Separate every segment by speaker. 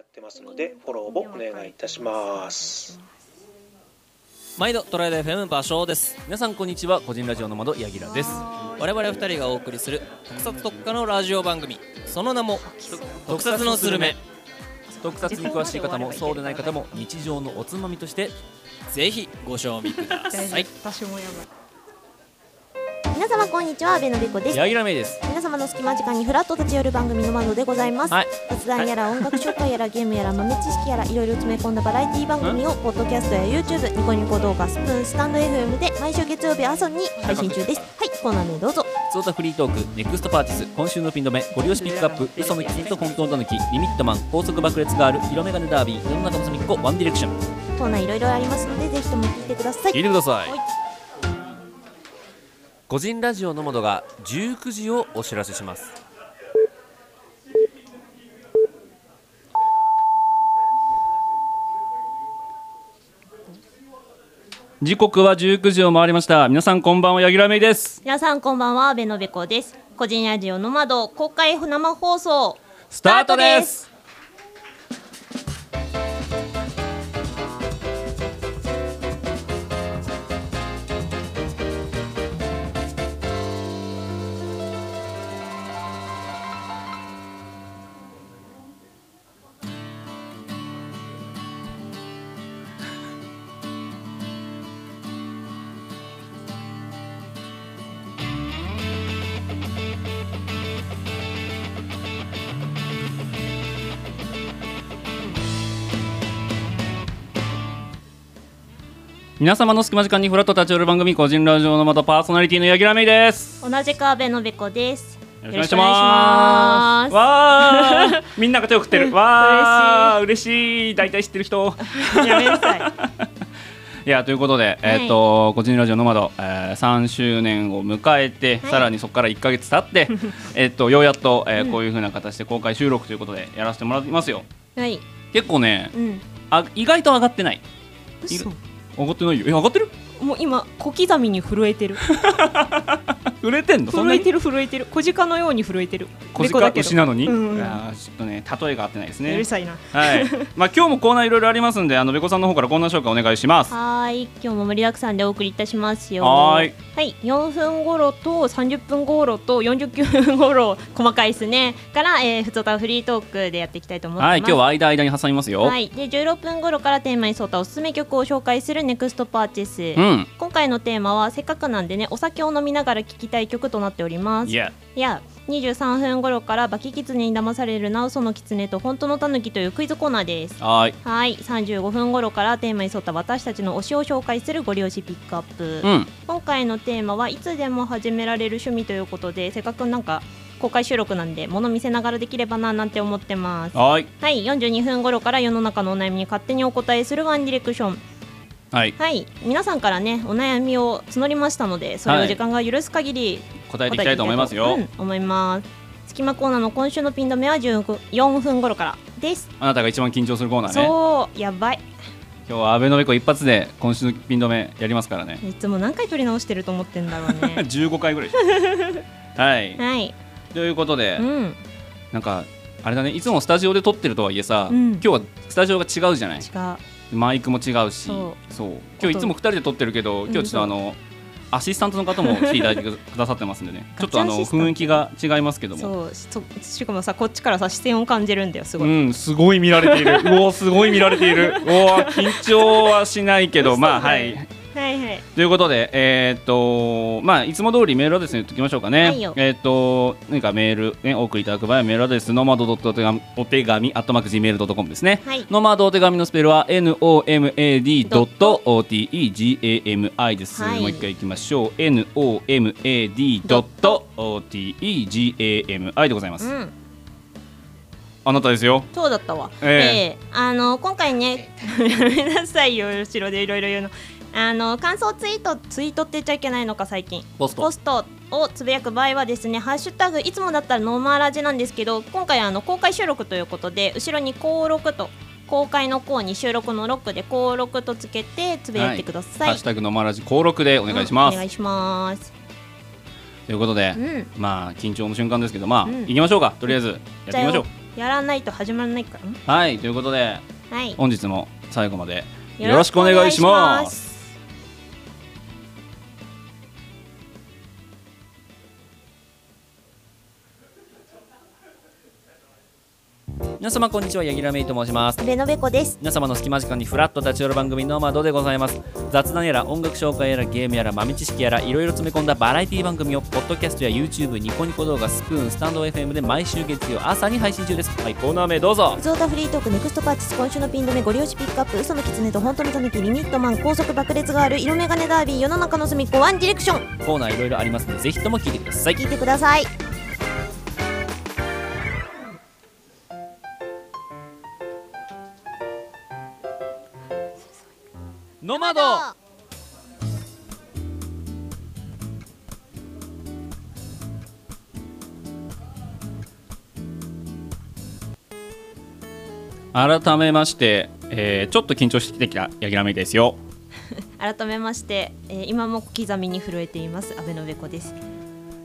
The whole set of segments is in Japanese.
Speaker 1: ってますのでフォローをお願いいたします
Speaker 2: 毎度トライダ FM 場所です皆さんこんにちは個人ラジオの窓柳楽です我々二人がお送りする特撮特化のラジオ番組その名も特撮のスルメ特撮に詳しい方もそうでない方も日常のおつまみとしてぜひご賞味ください
Speaker 3: 私もや
Speaker 4: 皆様こんにちは阿部のべこです
Speaker 2: 柳楽芽衣です
Speaker 4: 皆様の隙間時間にフラット立ち寄る番組の窓でございます、
Speaker 2: はい
Speaker 4: 雑談やら音楽紹介やらゲームやら豆知識やらいろいろ詰め込んだバラエティ番組をポッドキャストや YouTube ニコニコ動画スプーンスタンド FM で毎週月曜日朝に配信中ですはいコーナー名どうぞ
Speaker 2: ゾータフリートークネクストパーティス今週のピン止めゴリ押しピックアップ嘘の傷と本当の狸リミットマン高速爆裂ガール色眼鏡ダービー世の中の隅っこワンディレクション
Speaker 4: コーナーいろいろありますのでぜひとも聞いてください
Speaker 2: 聞いてください
Speaker 4: はい
Speaker 2: 個人ラジオのもどが19時をお知らせします
Speaker 5: 時刻は19時を回りました皆さんこんばんは柳楽芽衣です
Speaker 4: 皆さんこんばんは阿部のべこです個人ラジオの窓公開生放送
Speaker 5: ス
Speaker 4: タートです
Speaker 5: 皆様の隙間時間にフラット立ち寄る番組個人ラジオのまたパーソナリティの柳楽芽衣です
Speaker 4: 同じく阿部のべこです
Speaker 5: よろしくお願いします
Speaker 4: よろしくお願いし
Speaker 5: わ
Speaker 4: ま
Speaker 5: あみんなが手を振ってるわあ嬉しい大体知ってる人
Speaker 4: すやめなさい
Speaker 5: いやということで、えっ、と個人ラジオノマド、えー、3周年を迎えて、
Speaker 4: はい
Speaker 5: さらにそこから1か月経って えっとようやっと、えーこういうふうな形で公開収録ということでやらせてもらってますよ
Speaker 4: はい、
Speaker 5: 結構ね
Speaker 4: うん、
Speaker 5: あ意外と上がってないい
Speaker 3: 嘘
Speaker 5: 上がってないよえ上がってる
Speaker 3: もう今小刻みに震えてる
Speaker 5: 売れてんのそ
Speaker 3: 震
Speaker 5: んな
Speaker 3: え
Speaker 5: に
Speaker 3: てる震えてる小鹿のように震えてる
Speaker 5: 小
Speaker 3: 猫
Speaker 5: 鹿
Speaker 3: だけど
Speaker 5: 牛なのに、
Speaker 3: うんうん
Speaker 5: あーちょっとね例えが合ってないです
Speaker 3: う
Speaker 5: ね
Speaker 3: るさいな
Speaker 5: はい、まあ今日もコーナーいろいろありますんで、あのべこさんの方からコーナー紹介お願いします。
Speaker 4: はーい、今日も盛りだくさんでお送りいたしますよ。
Speaker 5: はーい、
Speaker 4: はい、4分頃と30分頃と49分頃細かいですね。から、えー、ふつおたフリートークでやっていきたいと思ってます。
Speaker 5: はい、今日は間間に挟みますよ。
Speaker 4: はい、で16分頃からテーマに沿ったおすすめ曲を紹介するネクストパーチェス。
Speaker 5: うん、
Speaker 4: 今回のテーマはせっかくなんでねお酒を飲みながら聴きたい曲となっております
Speaker 5: い。や、
Speaker 4: いや23分頃からバキキツネに騙されるな嘘のキツネと本当のタヌキというクイズコーナーです
Speaker 5: はーい、
Speaker 4: はい、35分頃からテーマに沿った私たちの推しを紹介するご利用しピックアップ、
Speaker 5: うん、
Speaker 4: 今回のテーマはいつでも始められる趣味ということでせっかくなんか公開収録なんで物見せながらできればななんて思ってます
Speaker 5: はーい、
Speaker 4: はい42分頃から世の中のお悩みに勝手にお答えするワンディレクション
Speaker 5: はい、
Speaker 4: はい皆さんからねお悩みを募りましたのでそれを
Speaker 5: はい
Speaker 4: 時間が許す限り
Speaker 5: 答えて
Speaker 4: 答え
Speaker 5: いきたいと思いますよ。
Speaker 4: ていきたいとうん思います隙間コーナーの今週のピン止めは14分頃からです、
Speaker 5: あなたが一番緊張するコーナーね。
Speaker 4: そうやばい
Speaker 5: 今日は安倍のべこ一発で今週のピン止めやりますからね。
Speaker 4: いつも何回撮り直してると思ってんだろう ね。
Speaker 5: 15回ぐらいでしょ。 はい、
Speaker 4: はい。
Speaker 5: ということで
Speaker 4: う、ん。
Speaker 5: なんかあれだね、いつもスタジオで撮ってるとはいえさ、
Speaker 4: うん
Speaker 5: 今日はスタジオが違うじゃない。
Speaker 4: 違う。
Speaker 5: マイクも違うし、
Speaker 4: そ
Speaker 5: そう今日いつも2人で撮ってるけど、今日ちょっとあの、アシスタントの方も来ていただいてくくださってますんで ね、ちょっとあの
Speaker 4: ガチアシスタント
Speaker 5: 雰囲気が違いますけども、
Speaker 4: そう。そしかもさ、こっちからさ、視線を感じるんだよ。すご
Speaker 5: う
Speaker 4: い。
Speaker 5: ん、すごい見られてい る、うお、すごい見られている、うお、緊張はしないけど、まあ、はい。
Speaker 4: はいはい。
Speaker 5: ということで、えーっとまあ、いつも通りメールアドレスに言っておきましょうかね、
Speaker 4: はいよ
Speaker 5: えーっと何かメール、ね、お送りいただく場合はメールアドレス、ノマドドットお手紙、お手紙、アットマーク Gmail.com ですね、
Speaker 4: はい
Speaker 5: ノマドお手紙のスペルは nomad.otegami です、
Speaker 4: はい
Speaker 5: もう一回いきましょう nomad.otegami でございます、
Speaker 4: うん。
Speaker 5: あなたですよ
Speaker 4: そうだったわ。
Speaker 5: え
Speaker 4: ええあの今回ね、やめなさいよ。後ろでいろいろ言うの。あの感想ツイートツイートって言っちゃいけないのか最近。
Speaker 2: ポスト
Speaker 4: ポストをつぶやく場合はですね、ハッシュタグいつもだったらノーマラジなんですけど、今回あの公開収録ということで、後ろに公録と公開の公に収録のロックで公録とつけてつぶやいてください。
Speaker 5: ハッシュタグのマラジ登録でお願いします、
Speaker 4: うんお願いします。
Speaker 5: ということで、
Speaker 4: うん。
Speaker 5: まあ緊張の瞬間ですけどまあ、
Speaker 4: うん
Speaker 5: 行きましょうかとりあえずやっていきましょう
Speaker 4: じゃあやらないと始まらないからね
Speaker 5: はいということで
Speaker 4: はい
Speaker 5: 本日も最後までよろしくお願いし
Speaker 4: よろしくお願
Speaker 5: ま
Speaker 4: いしますす
Speaker 2: 皆様こんにちはヤギラメイと申します
Speaker 4: ベノベコです
Speaker 2: 皆様の隙間時間にフラッと立ち寄る番組の窓でございます雑談やら音楽紹介やらゲームやら豆知識やらいろいろ詰め込んだバラエティ番組をポッドキャストや YouTube ニコニコ動画スプーンスタンド FM で毎週月曜朝に配信中ですはいコーナー名どうぞ
Speaker 6: ゾータフリートークネクストパーチス今週のピン止めご利用しピックアップ嘘の狐と本当の狸リミットマン高速爆裂がある色眼鏡ダービー世の中の隅っこワンディレクション
Speaker 2: コーナーいろいろありますのでぜひとも聞いてください
Speaker 6: 聞いてください
Speaker 2: ノマド
Speaker 5: 改めまして、えーちょっと緊張してきたヤギラメイですよ
Speaker 4: 改めまして、えー今も小刻みに震えています安倍のべこです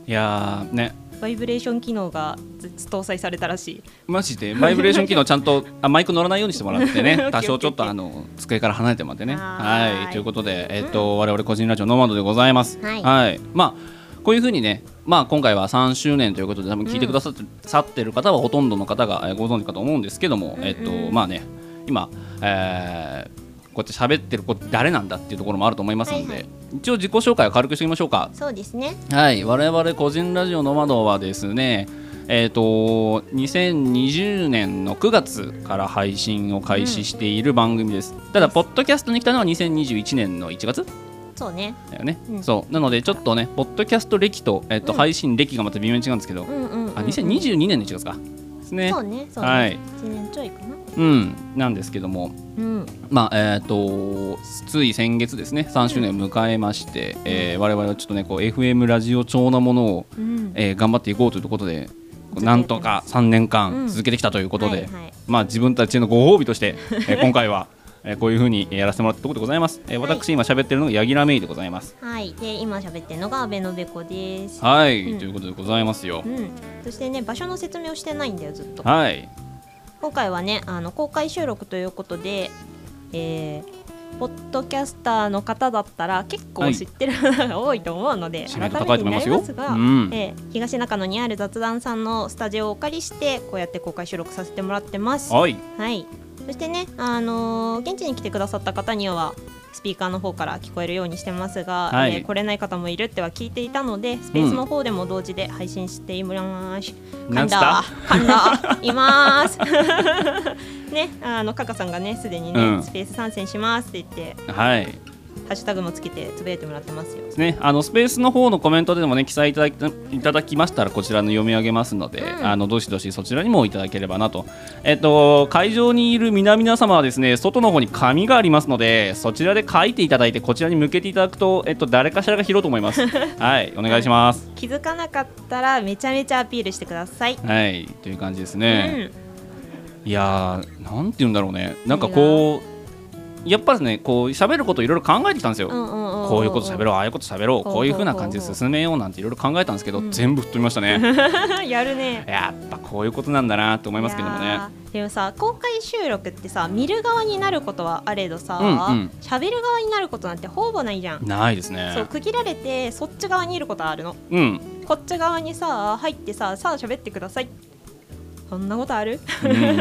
Speaker 5: いやーね
Speaker 3: バイブレーション機能がず搭載されたらしい
Speaker 5: マジ でバイブレーション機能ちゃんとあマイク乗らないようにしてもらってね多少ちょっとあの机から離れてもらってね
Speaker 4: はーい
Speaker 5: はいということで、えっと我々個人ラジオノマドでございます
Speaker 4: はい
Speaker 5: まあこういうふうにねまあ今回は3周年ということで多分聞いてくださって,、さってる方はほとんどの方がえーご存知かと思うんですけども、えっとまあね今、えーこうやって喋ってる子誰なんだっていうところもあると思いますので、
Speaker 4: はいはい
Speaker 5: 一応自己紹介を軽くしておきましょうか
Speaker 4: そうですね
Speaker 5: はい、我々個人ラジオの窓はですね、えっ、と2020年の9月から配信を開始している番組です。ただポッドキャストに来たのは2021年の1月
Speaker 4: そうね
Speaker 5: だよね。
Speaker 4: うん
Speaker 5: そうなのでちょっとね、ポッドキャスト歴とえっ、と、
Speaker 4: うん
Speaker 5: 配信歴がまた微妙に違うんですけど、
Speaker 4: うんうんうんうん
Speaker 5: あ2022年の1月かですね
Speaker 4: そ。うねそうね、
Speaker 5: はい、
Speaker 4: 1年ちょいかな
Speaker 5: うん、なんですけども、
Speaker 4: うん
Speaker 5: まあえっ、とつい先月ですね、3周年を迎えまして、えー我々はちょっとねこう FM ラジオ調なものを
Speaker 4: うん
Speaker 5: えー頑張っていこうということで、
Speaker 4: ずっとやってます
Speaker 5: なんとか3年
Speaker 4: う
Speaker 5: 間
Speaker 4: ん
Speaker 5: 続けてきたということで、
Speaker 4: はいはい
Speaker 5: まあ、自分たちへのご褒美と して、えー今回は、えーこういうふうにやらせてもらったところでございます。えー
Speaker 4: はい
Speaker 5: 私、今喋ってるのがヤギラメイでございます。
Speaker 4: はいで今喋ってるのが安倍のべこです
Speaker 5: はい、
Speaker 4: うん
Speaker 5: ということでございますよ
Speaker 4: う。んそしてね場所の説明をしてないんだよずっと
Speaker 5: はい、
Speaker 4: 今回はねあの公開収録ということで、えーポッドキャスターの方だったら結
Speaker 5: は
Speaker 4: 構
Speaker 5: い
Speaker 4: 知ってる方が多いと思うので、
Speaker 5: 知名
Speaker 4: 改
Speaker 5: 度高い
Speaker 4: め
Speaker 5: と思
Speaker 4: てに
Speaker 5: います
Speaker 4: なり
Speaker 5: よ。
Speaker 4: ますが
Speaker 5: うん
Speaker 4: えー東中野にある雑談さんのスタジオをお借りしてこうやって公開収録させてもらってます。
Speaker 5: はい、
Speaker 4: はい、そしてね、あのー現地に来てくださった方にはスピーカーの方から聞こえるようにしてますが、
Speaker 5: はい
Speaker 4: えー来れない方もいるっては聞いていたのでスペースの方でも同時で配信しています。
Speaker 5: な
Speaker 4: 噛
Speaker 5: ん
Speaker 4: ん
Speaker 5: つった
Speaker 4: だ噛んだい まーすねあのカカさんがねすでにね、
Speaker 5: うん
Speaker 4: スペース参戦しますって言って
Speaker 5: はい、で
Speaker 4: ハッシュタグもつけてつぶやいてもらってますよ
Speaker 5: すね。あのスペースの方のコメントでもね記載いただきいただきましたらこちらの読み上げますので、
Speaker 4: うん
Speaker 5: あのどしどしそちらにもいただければなと。えっと会場にいる皆々様はですね外の方に紙がありますのでそちらで書いていただいてこちらに向けていただくとえっと誰かしらが拾うと思い ます。はいお願いします。
Speaker 4: 気づかなかったらめちゃめちゃアピールしてください、
Speaker 5: はいという感じです
Speaker 4: う
Speaker 5: ね。
Speaker 4: ん
Speaker 5: いやーなんて言うんだろうねなんかこうやっぱりねこう喋ることいろいろ考えてきたんですよ。
Speaker 4: うんうんうんうん、
Speaker 5: こういうこと喋
Speaker 4: ろ
Speaker 5: ろうああいうこと喋ろう
Speaker 4: ほう
Speaker 5: こういう風な感じで進めようなんていろいろ考えたんですけど、全部吹っ飛びましたね
Speaker 4: う やるね
Speaker 5: やっぱこういうことなんだなと思いますけども
Speaker 4: い
Speaker 5: ね
Speaker 4: やーでもさ公開収録ってさ見る側になることはあれどさ
Speaker 5: うんうん
Speaker 4: 喋、る側になることなんてほぼないじゃん、
Speaker 5: ないです
Speaker 4: そう
Speaker 5: ね
Speaker 4: 区切られてそっち側にいることはあるの
Speaker 5: うん
Speaker 4: こっち側にさ入ってささあ喋ってくださいそんなことある、
Speaker 5: うんうんうんう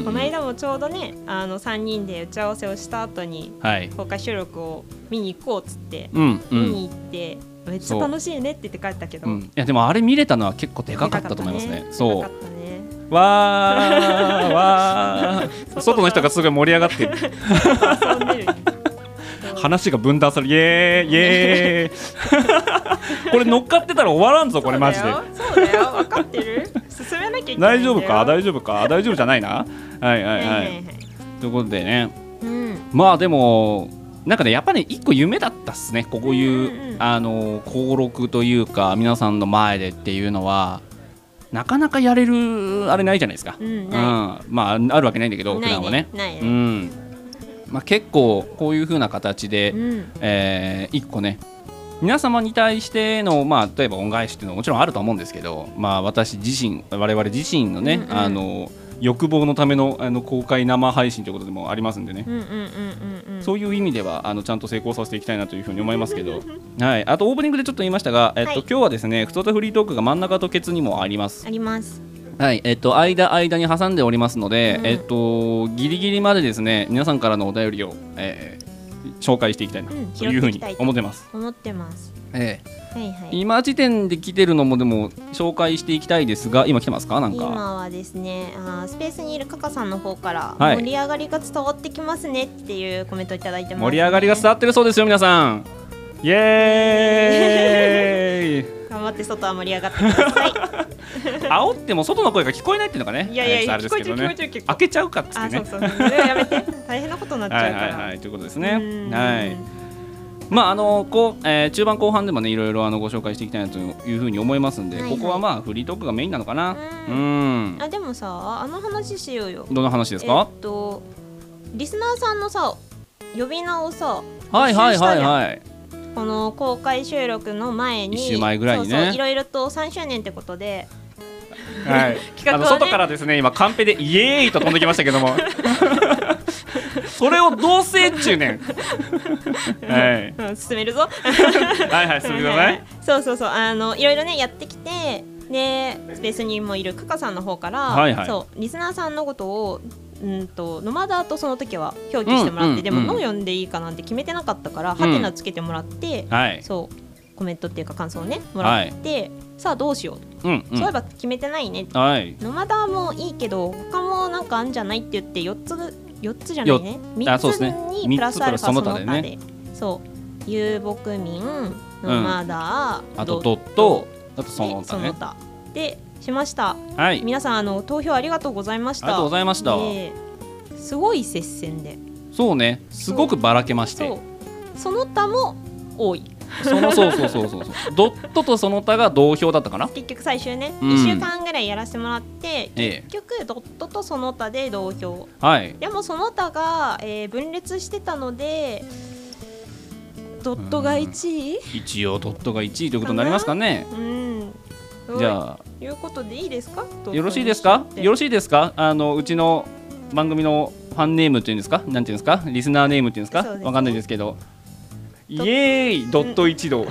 Speaker 5: ん
Speaker 4: この間もちょうどねあの3人で打ち合わせをした後に
Speaker 5: はい
Speaker 4: 公開収録を見に行こうっつって、
Speaker 5: うんう
Speaker 4: 見
Speaker 5: ん
Speaker 4: に行ってめっちゃ楽しいねって言って帰ったけど、
Speaker 5: うん、いやでもあれ見れたのは結構でかかったと思いますねそう
Speaker 4: でかかったね
Speaker 5: わーわー 外の人がすごい盛り上がってる
Speaker 4: 遊 んでるね
Speaker 5: 話が分断されイエーイイエーイ これ乗っかってたら終わらんぞこれマジで
Speaker 4: そうだよそうだよ分かってる進めなきゃいけない
Speaker 5: 大
Speaker 4: んだよ
Speaker 5: 丈夫か大丈夫か大丈夫じゃないなはいはい
Speaker 4: は
Speaker 5: はい
Speaker 4: はい
Speaker 5: い
Speaker 4: はい
Speaker 5: ということでね
Speaker 4: うん
Speaker 5: まあでもなんかねやっぱり一個夢だったっすねこういう、
Speaker 4: うんうんうん
Speaker 5: あの登録というか皆さんの前でっていうのはなかなかやれるあれないじゃないですか、
Speaker 4: うんな
Speaker 5: うんまああるわけないんだけど普
Speaker 4: ない
Speaker 5: 段はね
Speaker 4: ないね
Speaker 5: うんまあ、結構こういう風な形で、
Speaker 4: うん
Speaker 5: えー一個ね皆様に対しての、まあ、例えば恩返しっていうのはもちろんあると思うんですけど、まあ、私自身我々自身のね、
Speaker 4: うんうん
Speaker 5: あの欲望のためのあの公開生配信ということでもありますんでね、
Speaker 2: うんうんうんうんうん
Speaker 5: そういう意味ではあのちゃんと成功させていきたいなというふうに思いますけど、はい、あとオープニングでちょっと言いましたが、えっと
Speaker 2: はい
Speaker 5: 今日はですね「ふとたフリートーク」が真ん中とケツにもあります
Speaker 2: あ。ります
Speaker 5: はい、えっと間間に挟んでおりますので、
Speaker 2: うん
Speaker 5: えっとギリギリまでですね皆さんからのお便りを、えー紹介していきたいな
Speaker 2: うん
Speaker 5: というふう
Speaker 2: 拾っていき
Speaker 5: に
Speaker 2: たいと
Speaker 5: 思ってます。
Speaker 2: 思ってます
Speaker 5: ええ
Speaker 2: はいはい
Speaker 5: 今時点で来てるのもでも紹介していきたいですが今来てますかなんか。
Speaker 2: 今はですねあースペースにいるカカさんの方から
Speaker 5: はい
Speaker 2: 盛り上がりが伝わってきますねっていうコメントいただいてます、
Speaker 5: 盛り上がりが伝わってるそうですよ皆さんイ エー
Speaker 2: 頑張って外は盛り上がってください
Speaker 5: イ煽っても外の声が聞こえないっていうのがね
Speaker 2: いやいやいや
Speaker 5: あれですけどね
Speaker 2: 聞こえてる聞こえてる結構
Speaker 5: 開けちゃうかっつっ
Speaker 2: あ
Speaker 5: て
Speaker 2: そう
Speaker 5: ね
Speaker 2: そうそうやめて大変なことになっち
Speaker 5: は
Speaker 2: ゃ
Speaker 5: いう
Speaker 2: から
Speaker 5: はいはいということです
Speaker 2: う
Speaker 5: ね
Speaker 2: ん
Speaker 5: はいまああのこう、えー中盤後半でもねいろいろあのご紹介していきたいなというふうに思いますんで、
Speaker 2: はいはい
Speaker 5: ここはまあフリートークがメインなのかなう
Speaker 2: うんんあでもさあの話しようよ
Speaker 5: どの話ですか、
Speaker 2: えっとリスナーさんのさ呼び名をさ
Speaker 5: はいはいはい
Speaker 2: 募集したじゃん
Speaker 5: はい
Speaker 2: この公開収録の前に
Speaker 5: 一週前ぐらいにね
Speaker 2: そうそういろいろと3周年ってことで
Speaker 5: はい、
Speaker 2: 企
Speaker 5: あ
Speaker 2: 画は
Speaker 5: の
Speaker 2: ね
Speaker 5: 外からですね今カンペでイエーイと飛んできましたけど もそれをどうせっちゅう ねん、はい、
Speaker 2: うん進める
Speaker 5: は
Speaker 2: ぞ
Speaker 5: いはい進めてください
Speaker 2: そうそうそうあのいろいろねやってきてでスペースにもいるカカさんの方から、
Speaker 5: はいはい
Speaker 2: そうリスナーさんのことをうんとノマダとその時は表記してもらって、
Speaker 5: うん
Speaker 2: で
Speaker 5: う
Speaker 2: も
Speaker 5: ん
Speaker 2: 「の」読んでいいかなんて決めてなかったから、ハテナつけてもらって、
Speaker 5: はい
Speaker 2: そうコメントっていうか感想をねもらって、さあどうしよう、
Speaker 5: うんう
Speaker 2: そういえ
Speaker 5: ん
Speaker 2: ば決めてないね
Speaker 5: はい
Speaker 2: ノマダもいいけど他もなんかあんじゃないって言って4つ四つじゃないね
Speaker 5: あ
Speaker 2: 3
Speaker 5: そうで
Speaker 2: つ
Speaker 5: すね
Speaker 2: にプラスアルファその他
Speaker 5: 三
Speaker 2: で,、
Speaker 5: つプラスその他で
Speaker 2: そう遊牧民ノマダ、
Speaker 5: あと
Speaker 2: ド
Speaker 5: ドットあとその他
Speaker 2: で
Speaker 5: ね
Speaker 2: 他でしました
Speaker 5: はいあり
Speaker 2: 皆さんあの投票ありがとうございました
Speaker 5: がとうございました
Speaker 2: ねえすごい接戦で
Speaker 5: そうねすごくばらけまして
Speaker 2: そうその他も多い
Speaker 5: そのそうそうそうそうそうドットとその他が同票だったか な
Speaker 2: 結局最終ね、
Speaker 5: うん
Speaker 2: 一1週間ぐらいやらせてもらって
Speaker 5: ええ
Speaker 2: 結局ドットとその他で同票
Speaker 5: はい
Speaker 2: でもその他が、えー分裂してたのでドットが1位
Speaker 5: 一応ドットが1位ということになりますかね
Speaker 2: うん
Speaker 5: じゃあ
Speaker 2: ということでいいですか
Speaker 5: よろしいですかよろ
Speaker 2: し
Speaker 5: しいですかあのうちの番組のファンネームっていうんですかなんていうんですかリスナーネームっていうんですか
Speaker 2: そうですね
Speaker 5: わかんないですけどイエーイドット一 同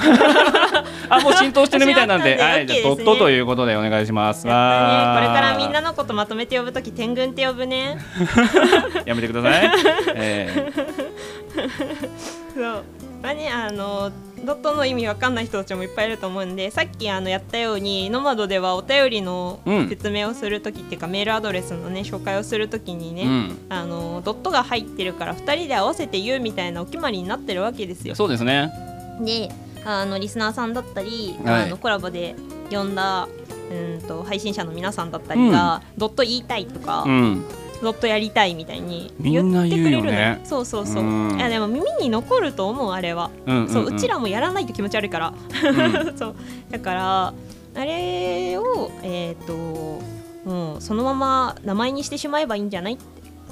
Speaker 5: あもう浸透してるみたいなんで
Speaker 2: 始まったんで
Speaker 5: はい
Speaker 2: OK
Speaker 5: じゃあ
Speaker 2: ですね
Speaker 5: ドットということでお願いします
Speaker 2: これから
Speaker 5: わー
Speaker 2: みんなのことまとめて呼ぶとき天狗って呼 ぶね
Speaker 5: やめてくだ さいえー
Speaker 2: そうまあねあのドットの意味わかんない人たちもいっぱいいると思うんでさっきあのやったようにノマドではお便りの
Speaker 5: うん
Speaker 2: 説明をするときっていうか、メールアドレスのね紹介をするときにね、
Speaker 5: うん
Speaker 2: あのドットが入ってるから2人で合わせて言うみたいなお決まりになってるわけです
Speaker 5: い
Speaker 2: よ
Speaker 5: や。そうですね
Speaker 2: であのリスナーさんだったり、
Speaker 5: はい
Speaker 2: あのコラボで呼んだうんと配信者の皆さんだったりが、ドット言いたいとか、
Speaker 5: うん
Speaker 2: ドットやりたいみたいに
Speaker 5: みんな
Speaker 2: 言ってくれるの
Speaker 5: 言うよね
Speaker 2: そうそうそう、
Speaker 5: うん
Speaker 2: いやでも耳に残ると思うあれは、
Speaker 5: うん
Speaker 2: そう
Speaker 5: うん
Speaker 2: うちらもやらないと気持ち悪いから、 そうだからあれをえっ、ともうそのまま名前にしてしまえばいいんじゃない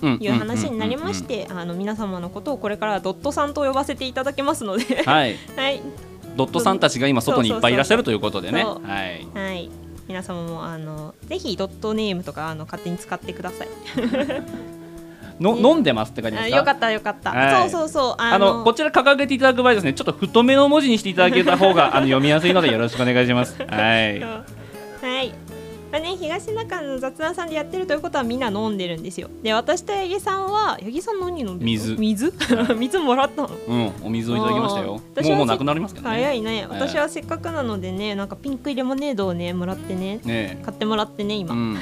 Speaker 5: うん
Speaker 2: いう話になりまして、あの皆様のことをこれからドットさんと呼ばせていただけますので、
Speaker 5: うんうんはい
Speaker 2: はい、
Speaker 5: ドットさんたちが今外にいっぱいいらっしゃるということでね
Speaker 2: そうそう
Speaker 5: はい
Speaker 2: はい、皆様もあのぜひドットネームとかあの勝手に使ってください。
Speaker 5: の飲んでますって感じで
Speaker 2: あ
Speaker 5: す
Speaker 2: よか
Speaker 5: か
Speaker 2: ったよかった。
Speaker 5: はい
Speaker 2: そうそうそうあ
Speaker 5: あ
Speaker 2: の
Speaker 5: のこちら掲げていただく場合ですねちょっと太めの文字にしていただけた方 があの読みやすいのでよろしくお願いしますはい
Speaker 2: そうはい。まあね、東中の雑談さんでやってるということはみんな飲んでるんですよ。で私と八木さんは八木さん何飲んでるの
Speaker 5: 水
Speaker 2: 水 水もらったの
Speaker 5: うんお水をいただきましたよ
Speaker 2: あ
Speaker 5: も
Speaker 2: ー
Speaker 5: うもうなくなりますけどね
Speaker 2: 早
Speaker 5: ね
Speaker 2: いね。私はせっかくなのでねなんかピンクレモネードをねもらってね
Speaker 5: え
Speaker 2: 買ってもらってね今、
Speaker 5: うん、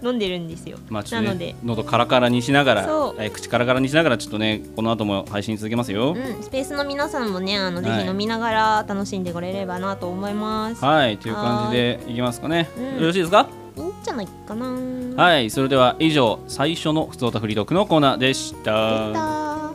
Speaker 2: 飲んでるんですよ。
Speaker 5: まあちょっ
Speaker 2: な
Speaker 5: と
Speaker 2: の
Speaker 5: ね
Speaker 2: で、
Speaker 5: 喉カラカラにしながら、
Speaker 2: そう
Speaker 5: えー口カラカラにしながらちょっとねこの後も配信続けますよ、
Speaker 2: うん、スペースの皆さんもねあの、
Speaker 5: は
Speaker 2: ぜ
Speaker 5: い
Speaker 2: ひ飲みながら楽しんでこれればなと思います。
Speaker 5: はいという感じでいきますかね、
Speaker 2: うん
Speaker 5: よろしいですか、
Speaker 2: いいんじゃないかな。い。
Speaker 5: はいそれでは以上最初の「ふつおたフリードーク」のコーナーでした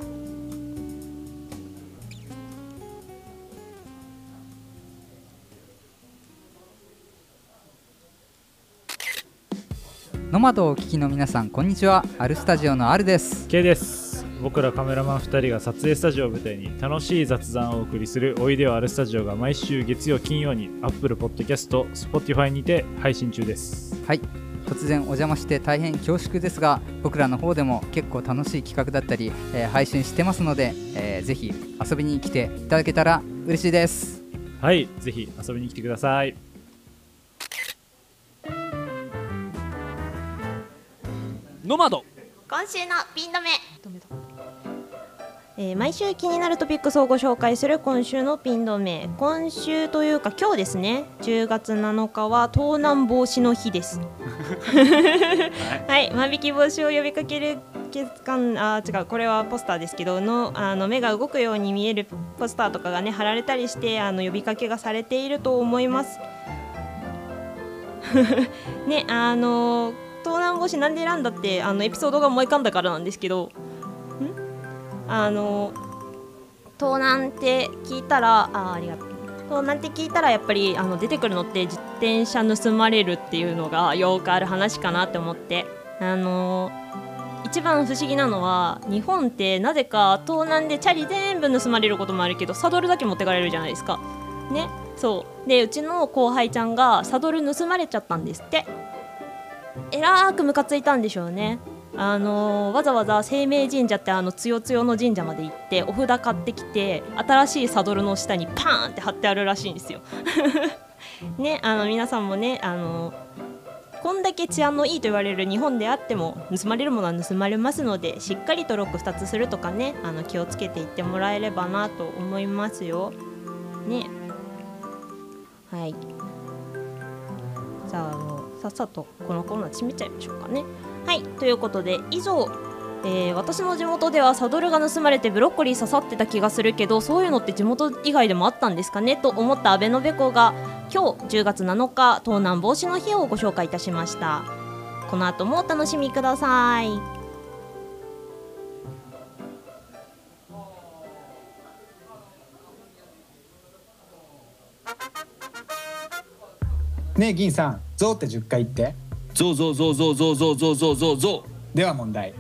Speaker 7: ノマドをお聞きの皆さんこんにちはアルスタジオのアルです、
Speaker 8: K です僕らカメラマン2人が撮影スタジオを舞台に楽しい雑談をお送りする「おいでよあるスタジオ」が毎週月曜金曜に Apple Podcast、Spotify にて配信中です
Speaker 7: はい
Speaker 8: ふ
Speaker 7: 突然お邪魔して大変恐縮ですが僕らの方でも結構楽しい企画だったり、えー配信してますので、えーぜひ遊びに来ていただけたら嬉しいです
Speaker 8: はいぜひ遊びに来てください
Speaker 2: ノマド
Speaker 4: 今週のピン止め
Speaker 6: えー毎週気になるトピックスをご紹介する今週のピン止め今週というか今日ですね10月7日は盗難防止の日です
Speaker 4: はい万引き防止を呼びかける欠陥あー違うこれはポスターですけどのあの目が動くように見えるポスターとかがね貼られたりしてあの呼びかけがされていると思います ねあの盗難防止なんで選んだってあのエピソードが思い浮かんだからなんですけどんあの盗難って聞いたらあーありがとう盗難って聞いたらやっぱりあの出てくるのって自転車盗まれるっていうのがよくある話かなって思ってあのー一番不思議なのは日本ってなぜか盗難でチャリ全部盗まれることもあるけどサドルだけ持ってかれるじゃないですかねそうでうちの後輩ちゃんがサドル盗まれちゃったんですってえらーくムカついたんでしょうねあのーわざわざ清明神社ってあのつよつよの神社まで行ってお札買ってきて新しいサドルの下にパーンって貼ってあるらしいんですよ。 ねあの皆さんもねあのーこんだけ治安のいいと言われる日本であっても盗まれるものは盗まれますのでしっかりとロック2つするとかねあの気をつけていってもらえればなと思いますよ。ねはいじゃあもうさっさとこのコーナー閉めちゃいましょうかね。はいということで以上、えー私の地元ではサドルが盗まれてブロッコリー刺さってた気がするけどそういうのって地元以外でもあったんですかねと思った安倍信子が今日10月7日盗難防止の日をご紹介いたしましたこの後もお楽しみください
Speaker 9: ねえ銀さんゾウって10回言って
Speaker 5: ゾウゾウゾウゾウゾウゾウゾウゾウゾウゾ
Speaker 9: では問題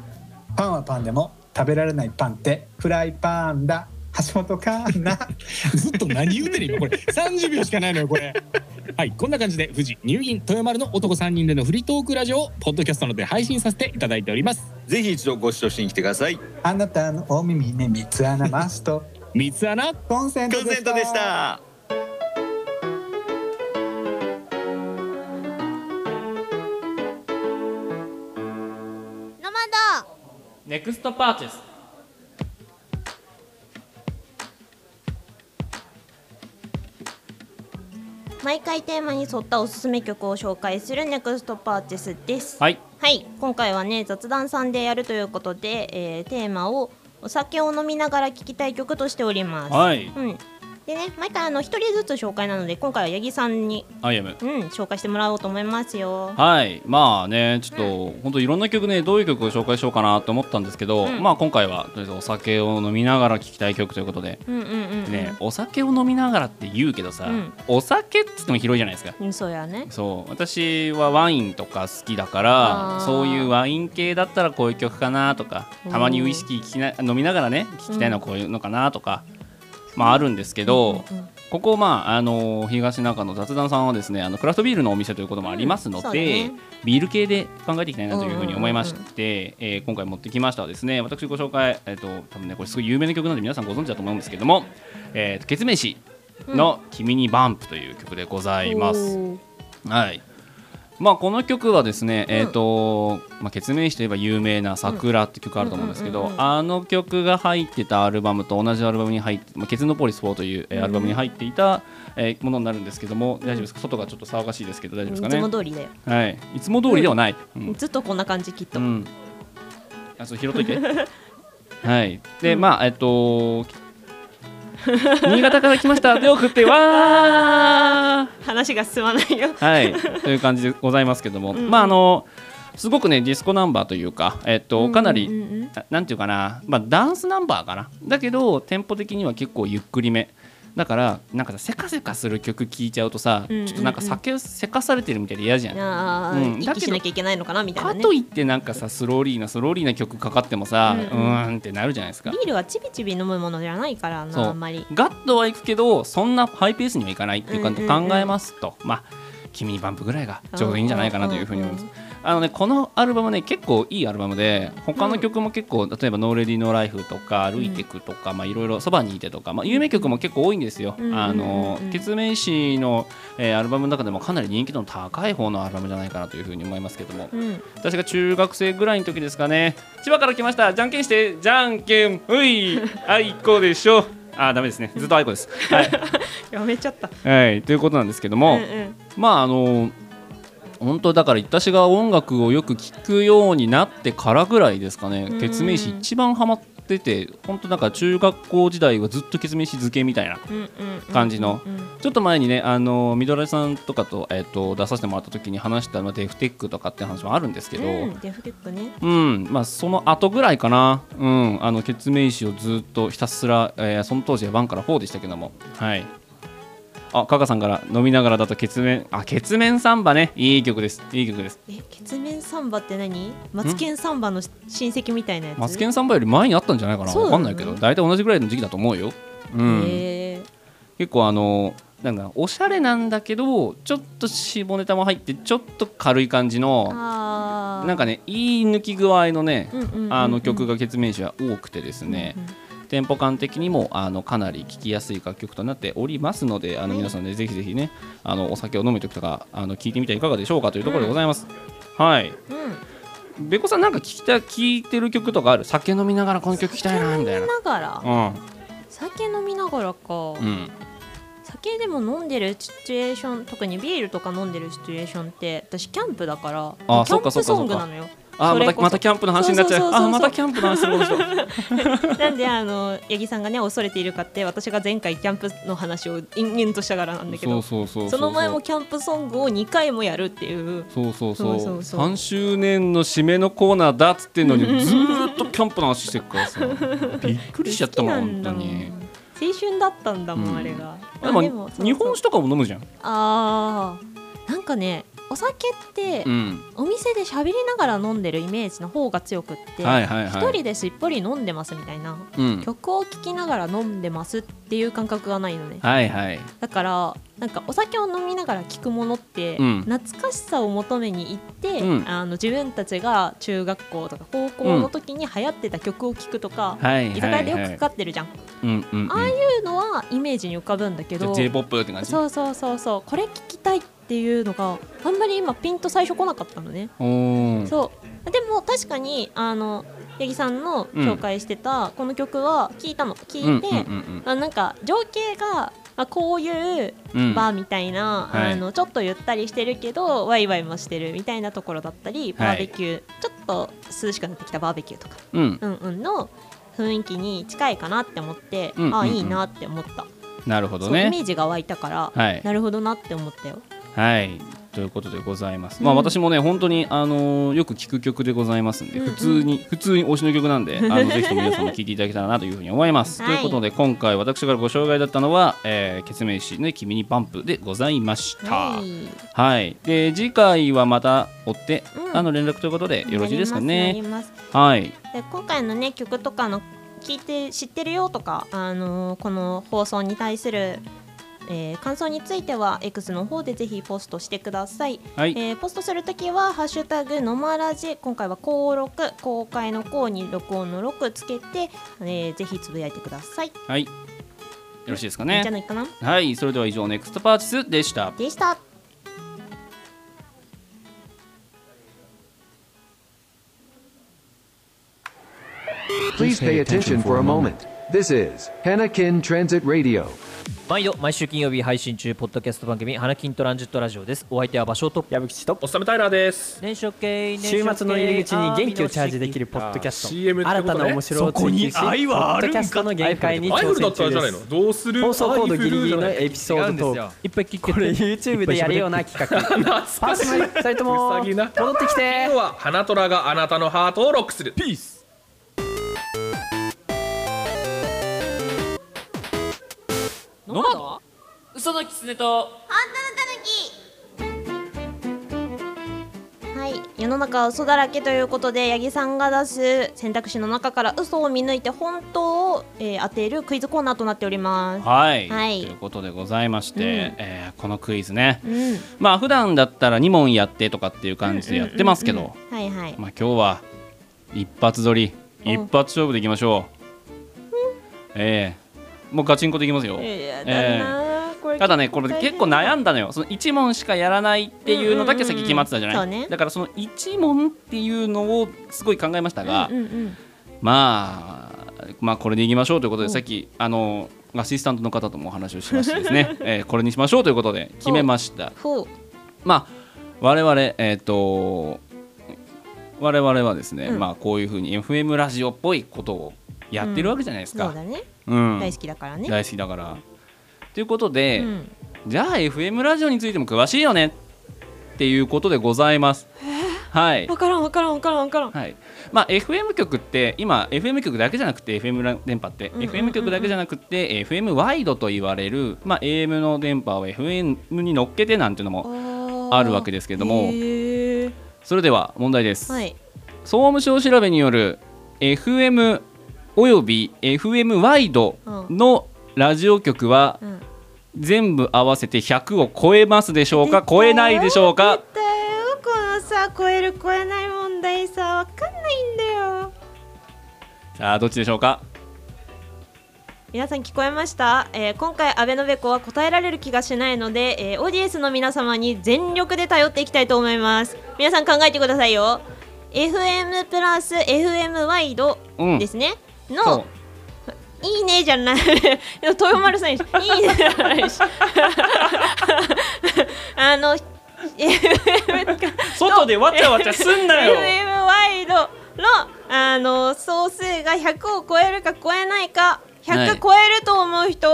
Speaker 9: パンはパンでも食べられないパンってフライパンだ橋本かな
Speaker 10: ずっと何言うてる今これ30秒しかないのよこれはいこんな感じで富士入銀豊丸の男3人でのフリートークラジオをポッドキャストので配信させていただいております
Speaker 11: ぜひ一度ご視聴しに来てください
Speaker 9: あなたのお耳に三つ穴マスト
Speaker 10: 三つ穴
Speaker 9: コンセン
Speaker 11: コン
Speaker 9: トで
Speaker 11: セン
Speaker 9: し
Speaker 11: ト
Speaker 9: た
Speaker 11: でした
Speaker 6: ノマド
Speaker 2: ネクストパーチェス
Speaker 6: 毎回テーマに沿ったおすすめ曲を紹介するネクストパーチェスです
Speaker 5: はい
Speaker 6: はい今回はね雑談さんでやるということで、えーテーマをお酒を飲みながら聴きたい曲としております、
Speaker 5: ウはい
Speaker 6: うんでね毎回あの一人ずつ紹介なので今回は八木さんに、
Speaker 5: アイアム
Speaker 6: うん、紹介してもらおうと思いますよ
Speaker 5: はいまあねちょっと本当いろんな曲ねどういう曲を紹介しようかなと思ったんですけど、まあ今回はとりあえずお酒を飲みながら聴きたい曲ということで、
Speaker 6: うんうんうんうん
Speaker 5: ねお酒を飲みながらって言うけどさ、
Speaker 6: うん
Speaker 5: お酒っつっても広いじゃないですか
Speaker 6: うんそうやね
Speaker 5: そう私はワインとか好きだから
Speaker 6: あー
Speaker 5: そういうワイン系だったらこういう曲かなとかたまにウイスキー聞きな飲みながらね聞きたいのはこういうのかなとか、まああるんですけど、ここまああの東中の雑談さんはですねあのクラフトビールのお店ということもあります
Speaker 6: う
Speaker 5: の
Speaker 6: んそうだ
Speaker 5: で、
Speaker 6: ね
Speaker 5: ビール系で考えていきたいなというふうに思いまして、えー今回持ってきましたはですね私ご紹介えっ、と多分ねこれすごい有名な曲なんで皆さんご存知だと思うんですけども「えーと、ケツメイシ」の「君にバンプ」という曲でございます。はい。まあこの曲はですね、えっ、とまあ結名詞といえば有名な桜って曲あると思うんですけど、あの曲が入ってたアルバムと同じアルバムに入って、まあケツノポリス4という、えーアルバムに入っていた、えーものになるんですけども、大丈夫ですか？外がちょっと騒がしいですけど大丈夫ですか
Speaker 6: いつも
Speaker 5: ね？
Speaker 6: 通りだよ
Speaker 5: はい。いつも通りではない。うん
Speaker 6: ずっとこんな感じきっと、
Speaker 5: うん。あ、そう拾っとい て。はい。で、まあえっと 新潟から来ました。手を振ってわー。
Speaker 6: 話が進まないよ
Speaker 5: はい、という感じでございますけども、まああのすごくねディスコナンバーというか、えっと、かなり、ななんていうかな、まあ、ダンスナンバーかなだけどテンポ的には結構ゆっくりめだからなんかさせかせかする曲聴いちゃうとさ、
Speaker 6: うんうんうん
Speaker 5: ちょっとなんか酒せかされてるみたいで嫌じゃん。
Speaker 6: ああ、
Speaker 5: うんだけ
Speaker 6: 息
Speaker 5: ど
Speaker 6: しなきゃいけないのかなみたいな
Speaker 5: か
Speaker 6: ね
Speaker 5: といってなんかさスローリーなスローリーな曲かかってもさ、
Speaker 6: うん
Speaker 5: う
Speaker 6: うん
Speaker 5: ーんってなるじゃないですか
Speaker 6: ビールはちびちび飲むものじゃないから
Speaker 5: そう
Speaker 6: なあんまり
Speaker 5: ガッとはいくけどそんなハイペースにはいかないっていう感じで
Speaker 6: うんうんう
Speaker 5: 考
Speaker 6: ん
Speaker 5: えますと、まあ君にバンプぐらいがちょうどいいんじゃないかなというふうに思います。あのねこのアルバムね結構いいアルバムで他の曲も結構、例えば「ノーレディノーライフ」とか「歩いてく」とか、まあいろいろ「そばにいて」とか、まあ、有名曲も結構多いんですよ。
Speaker 2: うん
Speaker 5: あの
Speaker 2: うんうんうん
Speaker 5: ケツメイシの、えーアルバムの中でもかなり人気度の高い方のアルバムじゃないかなというふうに思いますけども、
Speaker 4: うん
Speaker 5: 私が中学生ぐらいの時ですかね千葉から来ましたじゃんけんしてじゃんけんういあいこでしょあーダメですねずっとあいこです。はい
Speaker 3: やめちゃった。
Speaker 5: はい、ということなんですけども、
Speaker 3: うんうん
Speaker 5: まああの本当だから私が音楽をよく聴くようになってからぐらいですかね
Speaker 2: うん
Speaker 5: ケツメイシ一番ハマってて本当なんか中学校時代はずっとケツメイシ漬けみたいな
Speaker 2: うんうんうん
Speaker 5: 感じの
Speaker 2: うんうん
Speaker 5: ちょっと前にねあのミドラジさんとかと,、えっと出させてもらった時に話した、まあ、デフテックとかって話もあるんですけど、
Speaker 4: うん、デフテックね
Speaker 5: うんまあ、その後ぐらいかな、うん、あのケツメイシをずっとひたすら、えーその当時は1から4でしたけども、はい、あカカさんから飲みながらだとケツメンあケツメンサンバねいい曲ですいい曲です
Speaker 4: え月面サンバって何マツケンサンバの親戚みたいなやつ
Speaker 5: マツケンサンバより前にあったんじゃないかな
Speaker 4: そう
Speaker 5: わ
Speaker 4: なの
Speaker 5: かんないけど大体同じぐらいの時期だと思うよ、うん、
Speaker 4: へー
Speaker 5: 結構あのなんかおしゃれなんだけどちょっと下ネタも入ってちょっと軽い感じの
Speaker 4: あー
Speaker 5: なんかねいい抜き具合のね、
Speaker 4: うんうんうんうん
Speaker 5: あの曲がケツメイシは多くてですね、テンポ感的にもあのかなり聴きやすい楽曲となっておりますのであの皆さんねぜひぜひねあのお酒を飲む時とかあの聞いてみてはいかがでしょうかというところでございます、はいべこさんなんか聞きた聞いてる曲とかある酒飲みながらこの曲聴きたいなみたいな
Speaker 4: ながら
Speaker 5: うん
Speaker 4: 酒飲みながらか、
Speaker 5: うん
Speaker 4: 酒でも飲んでるシチュエーション特にビールとか飲んでるシチュエーションって私キャンプだからキ
Speaker 5: あそ
Speaker 4: ャ
Speaker 5: うか
Speaker 4: ン
Speaker 5: そうかそうか
Speaker 4: プソングな のよ
Speaker 5: あ
Speaker 4: そ
Speaker 5: ま
Speaker 4: れ
Speaker 5: た
Speaker 4: こそ
Speaker 5: またキャンプの話になっちゃう
Speaker 4: そそそそ
Speaker 5: あまたキャンプの話することしよう
Speaker 4: なんであの八木さんがね恐れているかって私が前回キャンプの話を延々としたからなんだけど
Speaker 5: そうそうそうそう
Speaker 4: の前もキャンプソングを2回もやるっていう
Speaker 5: そうそうそう
Speaker 4: そうそうそう
Speaker 5: 3周年の締めのコーナーだっつってんのにずーっとキャンプの話してるからさ びっくりしちゃったもん本当に
Speaker 4: 青春だったんだもん、
Speaker 5: うん
Speaker 4: あれが
Speaker 5: でも
Speaker 4: あでもそう
Speaker 5: 日本酒とかも飲むじゃん
Speaker 4: あーなんかねお酒って、
Speaker 5: うん
Speaker 4: お店で喋りながら飲んでるイメージの方が強くって一、
Speaker 5: はいはいはい
Speaker 4: 人ですっぽり飲んでますみたいな、
Speaker 5: うん
Speaker 4: 曲を聴きながら飲んでますっていう感覚がないのね、
Speaker 5: はいはい
Speaker 4: だからなんかお酒を飲みながら聴くものって、
Speaker 5: うん
Speaker 4: 懐かしさを求めに行って、
Speaker 5: うん
Speaker 4: あの自分たちが中学校とか高校の時に流行ってた曲を聴くとか、
Speaker 5: はいはいはい
Speaker 4: 居酒屋でよくかかってるじゃん、
Speaker 5: うんうん、うん、
Speaker 4: ああいうのはイメージに浮かぶんだけ
Speaker 5: じゃ
Speaker 4: ど
Speaker 5: あ J-POP って感じ
Speaker 4: そうそうそうそうこれ聞きたいっていうのがあんまり今ピンと最初来なかったのね、
Speaker 5: おー
Speaker 4: そうでも確かにあの八木さんの紹介してたこの曲は聞いたの聞いて、
Speaker 6: うんうんうんうん
Speaker 4: あなんか情景が、まあ、こういう
Speaker 6: うん
Speaker 4: バーみたいな、
Speaker 6: はい
Speaker 4: あのちょっとゆったりしてるけどワイワイもしてるみたいなところだったり
Speaker 6: はい
Speaker 4: バーベキュー、ちょっと涼しくなってきたバーベキューとか、
Speaker 5: うん
Speaker 4: うんうんの雰囲気に近いかなって思って、
Speaker 5: うんうんうん
Speaker 4: あいいなって思った、
Speaker 5: なるほど
Speaker 4: そうイメ
Speaker 5: ね
Speaker 4: ージが湧いたから、
Speaker 5: はい
Speaker 4: なるほどなって思ったよ。
Speaker 5: はいということでございます、
Speaker 4: うん
Speaker 5: まあ私もね本当にあのーよく聞く曲でございますんで、
Speaker 2: うんうん
Speaker 5: 普通に普通に推しの曲なん であのぜひとも皆さんも聞いていただけたらなというふうに思います、
Speaker 2: はい
Speaker 5: ということで今回私がご紹介だったのは「えー、ケツメイシね君にパンプ」でございました
Speaker 2: はい
Speaker 5: はいで次回はまた追って、
Speaker 4: うん
Speaker 5: あの連絡ということでよろしいですか
Speaker 4: な
Speaker 5: ね
Speaker 4: りますなります
Speaker 5: はい
Speaker 4: で今回のね曲とかの聞いて知ってるよとか、あのーこの放送に対する、えー感想については X の方でぜひポストしてください、
Speaker 6: はい
Speaker 4: えーポストするときは「ハッシュタグのまらじ」今回は「高録」公開の「高」に録音の「録」つけて、えーぜひつぶやいてください、
Speaker 5: はいよろしいですか
Speaker 4: いい
Speaker 5: ね
Speaker 4: んじゃないかな
Speaker 5: はいそれでは以上ネクストパーティスでした
Speaker 4: でした
Speaker 12: Please pay attention for a moment. This is Hanakin Transit Radio.
Speaker 2: 毎度毎週金曜日配信中ポッドキャスト番組花金トランジットラジオですお相手は場所と矢吹と
Speaker 13: おさめタイラーです
Speaker 2: 年初系
Speaker 13: 週末の入り口に元気をチャージできるポッドキャスト
Speaker 2: あ CM ってことね
Speaker 13: 新たな面白を追求し
Speaker 2: そこに愛はあるん
Speaker 13: ポッドキャ
Speaker 2: か
Speaker 13: ストの限界に
Speaker 2: アイフ
Speaker 13: 挑
Speaker 2: ル
Speaker 13: 戦
Speaker 2: だっ
Speaker 13: 中
Speaker 2: たらじ
Speaker 13: で
Speaker 2: ゃないの
Speaker 13: す
Speaker 2: どうする
Speaker 13: 放送コー
Speaker 2: ア
Speaker 13: ド
Speaker 2: イフル
Speaker 13: ギリギリ
Speaker 2: じゃ
Speaker 13: の
Speaker 2: ない
Speaker 13: エピソード
Speaker 2: 違うん
Speaker 13: と
Speaker 2: ですよいっぱい聞けて
Speaker 13: これ YouTube でやるような企 画パーソナリティ2人とも
Speaker 2: うさぎ
Speaker 13: 戻
Speaker 2: な
Speaker 13: ってきて
Speaker 2: 今日は花虎があなたのハートをロックするピース
Speaker 14: ノマド嘘の狐と
Speaker 4: ははい世の中は嘘だらけということで八木さんが出す選択肢の中から嘘を見抜いて本当を、えー当てるクイズコーナーとなっております
Speaker 5: はい、
Speaker 4: はい
Speaker 5: ということでございまして、
Speaker 4: うん
Speaker 5: えーこのクイズね、
Speaker 4: うん
Speaker 5: まあ普段だったら2問やってとかっていう感じでやってますけど、
Speaker 4: うんうんうんはいはい
Speaker 5: まあ今日は一発撮り一発勝負でいきましょう、ええもうガチンコでいきますよ、
Speaker 4: え
Speaker 5: え
Speaker 4: えこれ
Speaker 5: ただねこれ結構悩んだのよその1問しかやらないっていうのだけ先決まってたじゃない、
Speaker 4: うんうんうんそうね
Speaker 5: だからその1問っていうのをすごい考えましたが、
Speaker 4: うんうん
Speaker 5: まあ、まあこれでいきましょうということでさっきあのアシスタントの方ともお話をしましてです ね、えーこれにしましょうということで決めました
Speaker 4: ふう
Speaker 5: まあ我々えっ、と我々はですね、
Speaker 4: うん
Speaker 5: まあこういうふうに FM ラジオっぽいことをやってるわけじゃないですか、
Speaker 4: そうだね、
Speaker 5: うん
Speaker 4: 大好きだからね
Speaker 5: 大好きだから。ということで、
Speaker 4: うん
Speaker 5: じゃあ FM ラジオについても詳しいよねっていうことでございます。はい
Speaker 4: 分からん分からん分からん分からん、
Speaker 5: はいまあ、FM 局って今 FM 局だけじゃなくて FM 電波って、
Speaker 4: うんうんうん
Speaker 5: FM 局だけじゃなくてえー FM ワイドと言われる、まあ、AM の電波を FM に乗っけてなんていうのもあるわけですけれどもそれでは問題です、
Speaker 4: はい
Speaker 5: 総務省調べによる FM および FM ワイドのラジオ局は全部合わせて100を超えますでしょうか超えないでしょうか
Speaker 4: このさ超える超えない問題さ分かんないんだよ
Speaker 5: さあどっちでしょうか
Speaker 4: 皆さん聞こえました、えー今回アベノベコは答えられる気がしないので、えー、オーディエンスの皆様に全力で頼っていきたいと思います皆さん考えてくださいよ FM プラス FM ワイド
Speaker 5: うん
Speaker 4: ですね、
Speaker 5: そ
Speaker 4: の
Speaker 5: う
Speaker 4: いいねじゃない 豊丸さんにいいねじゃないし あの FM か
Speaker 2: 外でわちゃわちゃすん なよ
Speaker 4: FM ワイドのあの総数が100を超えるか超えないか
Speaker 5: は
Speaker 4: 100
Speaker 5: い
Speaker 4: 超えると思う人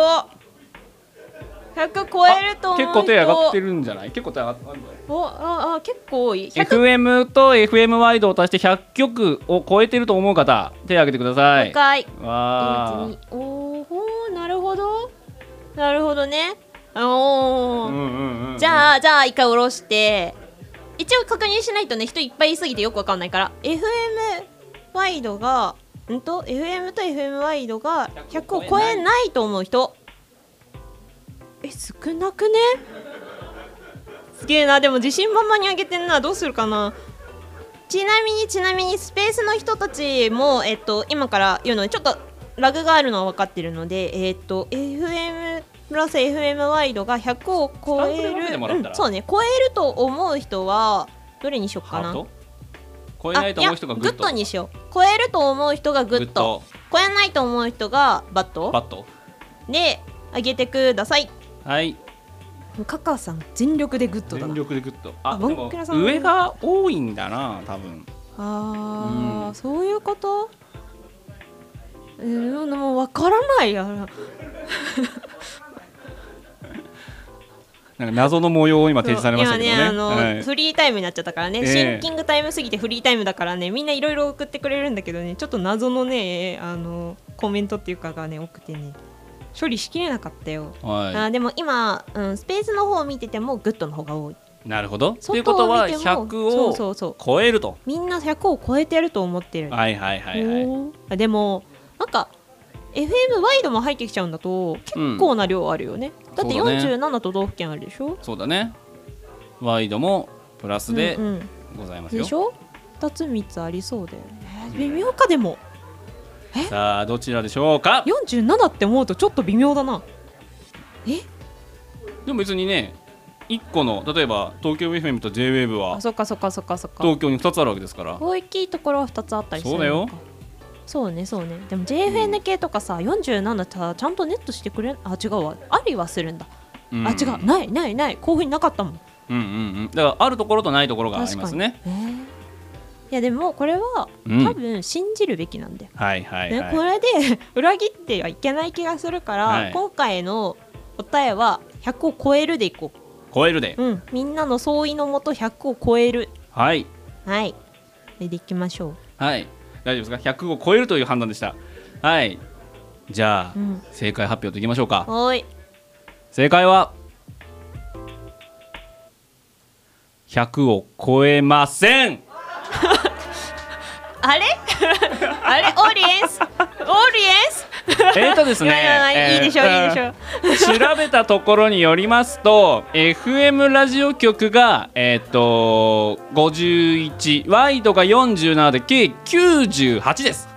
Speaker 4: 100超えると思う人
Speaker 5: 結構手上がってるんじゃない結構手上がってる
Speaker 4: おああ結構多い
Speaker 5: FM と FM ワイドを足して100曲を超えてると思う方手を挙げてください
Speaker 4: 100回
Speaker 5: わあ
Speaker 4: おおなるほどなるほどねおお、
Speaker 5: うんうん
Speaker 4: じゃあじゃあ一回下ろして一応確認しないとね人いっぱいいすぎてよくわかんないから FM ワイドがんと FM と FM ワイドが100を超えないと思う人え少なくねすげえなでも自信満々に上げてんなどうするかなちなみにちなみにスペースの人たちも、えっと、今から言うのでちょっとラグがあるのは分かってるので、えっと FM プラス FM ワイドが100を超え
Speaker 5: スタンプで褒め
Speaker 4: る
Speaker 5: てもらったら
Speaker 4: うんそうね超えると思う人はどれにしよっかな
Speaker 5: ハート超えないと思う人がグ
Speaker 4: グ
Speaker 5: ッ
Speaker 4: ッ
Speaker 5: ド
Speaker 4: ドにしよう超えると思う人がグッド超えないと思う人がバット
Speaker 5: バット
Speaker 4: で上げてください
Speaker 5: はい
Speaker 4: カカさん全力でグッドだ
Speaker 5: 全力でグッドあ
Speaker 4: あ
Speaker 5: で
Speaker 4: ボン
Speaker 5: も
Speaker 4: クラさん
Speaker 5: 上が多いんだな多分
Speaker 4: あー、そういうことえー、でもう分からないや
Speaker 5: なんか謎の模様を今提示されましたけどね
Speaker 4: 今ねあの、
Speaker 5: はい
Speaker 4: フリータイムになっちゃったからね、
Speaker 5: ええ
Speaker 4: シンキングタイムすぎてフリータイムだからねみんないろいろ送ってくれるんだけどねちょっと謎のねあのコメントっていうかがね多くてね処理しきれなかったよ、
Speaker 5: はい
Speaker 4: あーでも今、うん、スペースの方を見ててもグッドの方が多い
Speaker 5: なるほどという
Speaker 4: 外
Speaker 5: こと
Speaker 4: を
Speaker 5: は
Speaker 4: 見てもそうそ
Speaker 5: 100
Speaker 4: うそ
Speaker 5: を超えると
Speaker 4: みんな100を超えてると思ってる、
Speaker 5: はいはいはいはい
Speaker 4: おーあでもなんか FM ワイドも入ってきちゃうんだと結構な量あるよね、だって
Speaker 5: そうだね
Speaker 4: 47都道府県あるでしょ
Speaker 5: そうだねワイドもプラスで
Speaker 4: うんうん
Speaker 5: ございますよ、
Speaker 4: でしょ2つ3つありそうだよねえー微妙かでも
Speaker 5: さあどちらでしょうか
Speaker 4: 47って思うとちょっと微妙だな
Speaker 5: でも別にね1個の例えば東京 FM と JWAVE は
Speaker 4: あそっかそっかそっかそっか
Speaker 5: 東京に2つあるわけですから
Speaker 4: 大きいところは2つあったりする
Speaker 5: そ
Speaker 4: の
Speaker 5: う
Speaker 4: か
Speaker 5: だよ
Speaker 4: そうねそうねでも JFN 系とかさ47さちゃんとネットしてくれあ違うわありはするんだ、
Speaker 5: うん
Speaker 4: あ違うないないないこういうふうになかったもんい
Speaker 5: うんうんうんだからあるところとないところがありますね
Speaker 4: やでもこれは、
Speaker 5: うん
Speaker 4: 多分信じるべきなんだよ
Speaker 5: はいはい
Speaker 4: ね
Speaker 5: はい、
Speaker 4: これで 裏切ってはいけない気がするから、
Speaker 5: はい
Speaker 4: 今回の答えは100を超えるでいこ
Speaker 5: 超えるで、
Speaker 4: う、うん、みんなの相違のもと100を超える
Speaker 5: はい
Speaker 4: はいそれでいきましょ
Speaker 5: はい大丈夫ですか100を超えるという判断でしたはいじゃあ、
Speaker 4: う、うん、
Speaker 5: 正解発表できましょうか
Speaker 4: はーい
Speaker 5: 正解は100を超えません
Speaker 4: あれ あれオーリエンスオーリエンス
Speaker 5: えーと ですね
Speaker 4: いやいやいやいいでしょう、
Speaker 5: えー
Speaker 4: いいでしょう
Speaker 5: 調べたところによりますと FM ラジオ局が、えっと51ワイドが47で計98です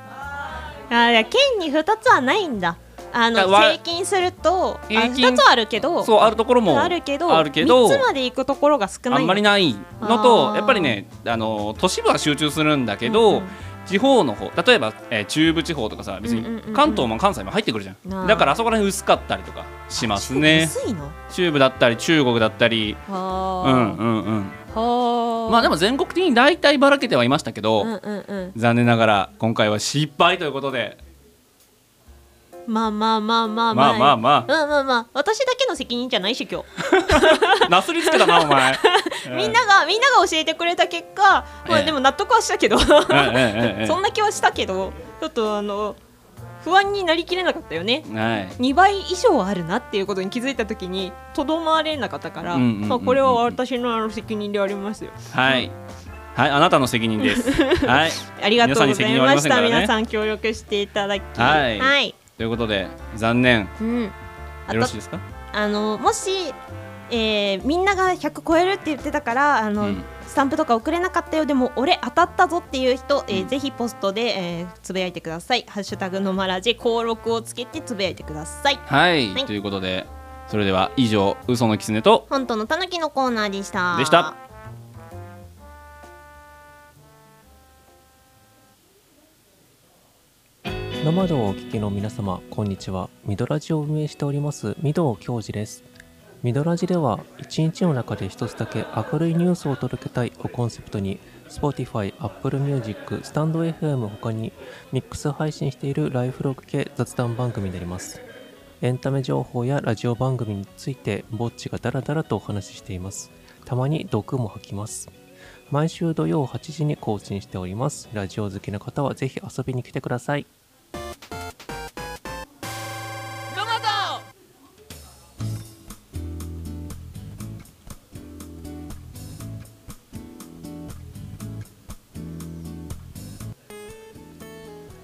Speaker 4: あいや県に2つはないんだあの
Speaker 5: だわ
Speaker 4: 平均するとあ
Speaker 5: 平均
Speaker 4: 2つはあるけど
Speaker 5: そうあるところも
Speaker 4: あるけど
Speaker 5: あるけど
Speaker 4: 3つまで行くところが少ない
Speaker 5: あんまりないの
Speaker 4: あ
Speaker 5: と
Speaker 4: ー
Speaker 5: やっぱりねあの都市部は集中するんだけど、地方の方例えば、えー中部地方とかさ別
Speaker 4: うんうんうんう
Speaker 5: に
Speaker 4: ん
Speaker 5: 関東も関西も入ってくるじゃん、
Speaker 4: なあ
Speaker 5: だからあそこら辺薄かったりとかしますね
Speaker 4: 薄いの
Speaker 5: 中部だったり中国だったりうんうん
Speaker 4: は
Speaker 5: うん
Speaker 4: あ、は
Speaker 5: まあでも全国的に大体ばらけてはいましたけど、
Speaker 4: うんうんうん
Speaker 5: 残念ながら今回は失敗ということで
Speaker 4: まあまあまあまあ
Speaker 5: まあまあまあ
Speaker 4: まあまあまあ私だけの責任じゃないし今日
Speaker 5: なすりつけたなお 前
Speaker 4: みんながみんなが教えてくれた結果ま
Speaker 5: え
Speaker 4: あ
Speaker 5: え
Speaker 4: でも納得はしたけど
Speaker 5: ええええ
Speaker 4: そんな気はしたけどちょっとあの不安になりきれなかったよね
Speaker 5: はい
Speaker 4: 2倍以上あるなっていうことに気づいたときにとどまれなかったから、
Speaker 5: うんうんうんうん
Speaker 4: まあ、これは私のあの責任でありますよ。
Speaker 5: はい、はい、あなたの責任です はい
Speaker 4: ありがとうございました皆さ,、
Speaker 5: 皆さん
Speaker 4: ん協力していただき、
Speaker 5: はいということで残念
Speaker 4: うん、
Speaker 5: よろしいですか
Speaker 4: あのもし、えーみんなが100超えるって言ってたからあの、スタンプとか送れなかったよでも俺当たったぞっていう人、えーぜひポストで、えーつぶやいてください「ハッシュタグのまらじ」登録をつけてつぶやいてください。
Speaker 5: はい、
Speaker 4: はい
Speaker 5: ということでそれでは以上嘘の狐と
Speaker 4: 本当のたぬきのコーナーでした。
Speaker 5: でした
Speaker 15: 生でお聞きの皆様こんにちはミドラジを運営しておりますミド教授ですミドラジでは一日の中で一つだけ明るいニュースを届けたいをコンセプトに Spotify、Apple Music、StandFM 他にミックス配信しているライフログ系雑談番組になりますエンタメ情報やラジオ番組についてぼっちがダラダラとお話ししていますたまに毒も吐きます毎週土曜8時に更新しておりますラジオ好きな方はぜひ遊びに来てください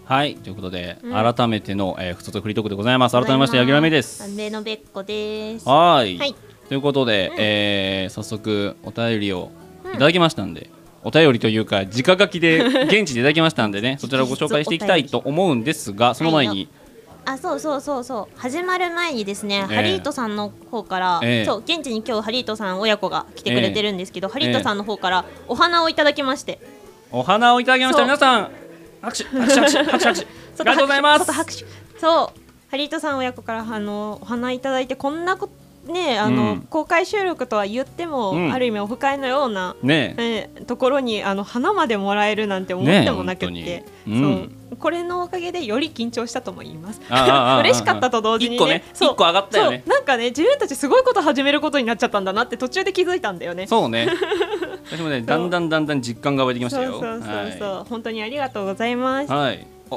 Speaker 5: はいということで、
Speaker 4: うん
Speaker 5: 改めての、えー、ふつとフリートークでございます改めまして八木らめです
Speaker 4: 三名のべっこです。
Speaker 5: はーい
Speaker 4: はい。
Speaker 5: ということで、えー早速お便りをいただきましたんで、お便りというか直書き で現地でいただきましたんでねそちらをご紹介していきたいと思うんですがその前に
Speaker 4: あそうそうそうそう始まる前にですね、
Speaker 5: ええ
Speaker 4: ハリートさんの方から、
Speaker 5: ええ
Speaker 4: そう現地に今日ハリートさん親子が来てくれてるんですけど、
Speaker 5: ええ
Speaker 4: ハリートさんの方からお花をいただきまして、
Speaker 5: お花をいただきました
Speaker 4: そう
Speaker 5: 皆さん拍手拍手拍手拍手 拍手ありがとうございます
Speaker 4: 外拍手外拍手そうハリートさん親子からあのお花いただいてこんなこねあの、
Speaker 5: うん
Speaker 4: 公開収録とは言っても、
Speaker 5: うん
Speaker 4: ある意味オフ会のような、
Speaker 5: ねえ
Speaker 4: ええところにあの花までもらえるなんて思ってもなくて、
Speaker 5: ねえ
Speaker 4: そ
Speaker 5: 本当
Speaker 4: う
Speaker 5: に
Speaker 4: これのおかげでより緊張したとも言います
Speaker 5: ああああああ
Speaker 4: 嬉しかったと同時に、ね、
Speaker 5: 一個ね
Speaker 4: そう
Speaker 5: 一個上がったよね
Speaker 4: そうなんかね自分たちすごいこと始めることになっちゃったんだなって途中で気づいたんだよね
Speaker 5: そう ね私もねだんだんだんだん実感が湧いてきましたよ
Speaker 4: そうそうそうそう、
Speaker 5: は
Speaker 4: 本当にありがとうございま
Speaker 5: い、
Speaker 4: す、
Speaker 5: はい、お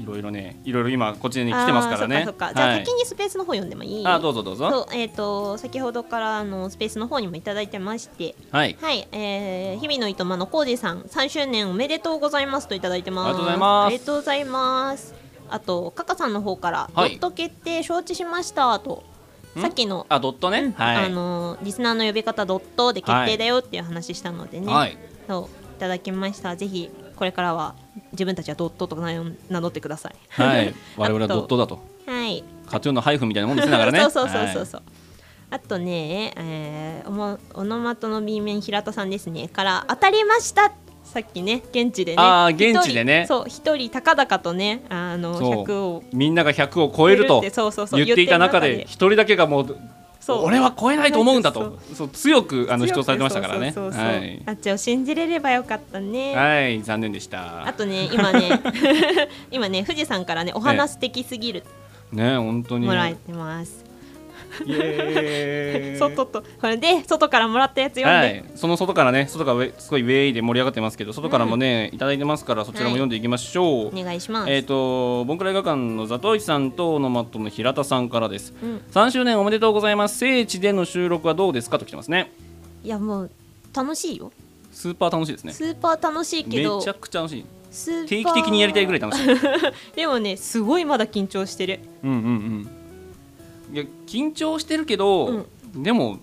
Speaker 5: いろいろねいろいろ今こっちに来てますからね
Speaker 4: あーそっかそっかじゃあ、
Speaker 5: はい
Speaker 4: 先にスペースの方読んでもいい
Speaker 5: あどうぞどうぞ
Speaker 4: そうえっ、と先ほどからあのスペースの方にもいただいてまして
Speaker 5: はい
Speaker 4: はい、えー、日々のいとまのコージさん3周年おめでとうございますといただいてま
Speaker 5: あ
Speaker 4: す
Speaker 5: りがとうございます
Speaker 4: ありがとうございますあとカカさんの方から「
Speaker 5: はい
Speaker 4: やっと決定承知しました」と
Speaker 5: ん
Speaker 4: さっきの
Speaker 5: あドットね、はい
Speaker 4: あのーリスナーの呼び方ドットで決定だよっていう話したのでね、
Speaker 5: はい
Speaker 4: そういただきましたぜひこれからは自分たちはドットと名を名乗ってください
Speaker 5: はい、我々はドットだと
Speaker 4: はい
Speaker 5: カトゥーンの配布みたいなもんですねだからね
Speaker 4: そうそうそうそうそう、あとね、えー、おもオノマトの B 面平田さんですねから当たりましたさっきね現地でね
Speaker 5: あー
Speaker 4: 一人
Speaker 5: 現地でね
Speaker 4: そう一人高々とねあの
Speaker 5: そう
Speaker 4: 100を
Speaker 5: みんなが100を超える
Speaker 4: 超える
Speaker 5: と
Speaker 4: ってそうそうそう
Speaker 5: 言っていた中
Speaker 4: 言って
Speaker 5: で
Speaker 4: る中
Speaker 5: 一
Speaker 4: で
Speaker 5: 人だけがもう
Speaker 4: そう
Speaker 5: 俺は超えないと思うんだとそう強くあの主張されてましたからね
Speaker 4: そうそうそうそう
Speaker 5: はい
Speaker 4: あっちを信じれればよかったね、
Speaker 5: はい残念でし
Speaker 4: あ
Speaker 5: た
Speaker 4: とね今ね 今ね富士山からねお花素敵すぎる
Speaker 5: ね本当に
Speaker 4: もらえてます、
Speaker 5: イエーイ
Speaker 4: 外とこれで外からもらったやつ読ん
Speaker 5: は
Speaker 4: で、
Speaker 5: い、その外からね外がウェすごいウェイで盛り上がってますけど外からもね、いただいてますからそちらも読んでいきましょう、
Speaker 4: お願いします、
Speaker 5: えっ、とボンクラ映画館のザトウイチさんとノマットの平田さんからです、
Speaker 4: うん
Speaker 5: 3周年おめでとうございます聖地での収録はどうですかと来てますね
Speaker 4: いやもう楽しいよ
Speaker 5: スーパー楽しいですね
Speaker 4: スーパー楽しいけ
Speaker 5: め
Speaker 4: ど
Speaker 5: ちゃくちゃ楽しい
Speaker 4: スーパー
Speaker 5: 定期的にやりたいぐらい楽しい
Speaker 4: でもねすごいまだ緊張してる
Speaker 5: うんうんうんいや緊張してるけど、でも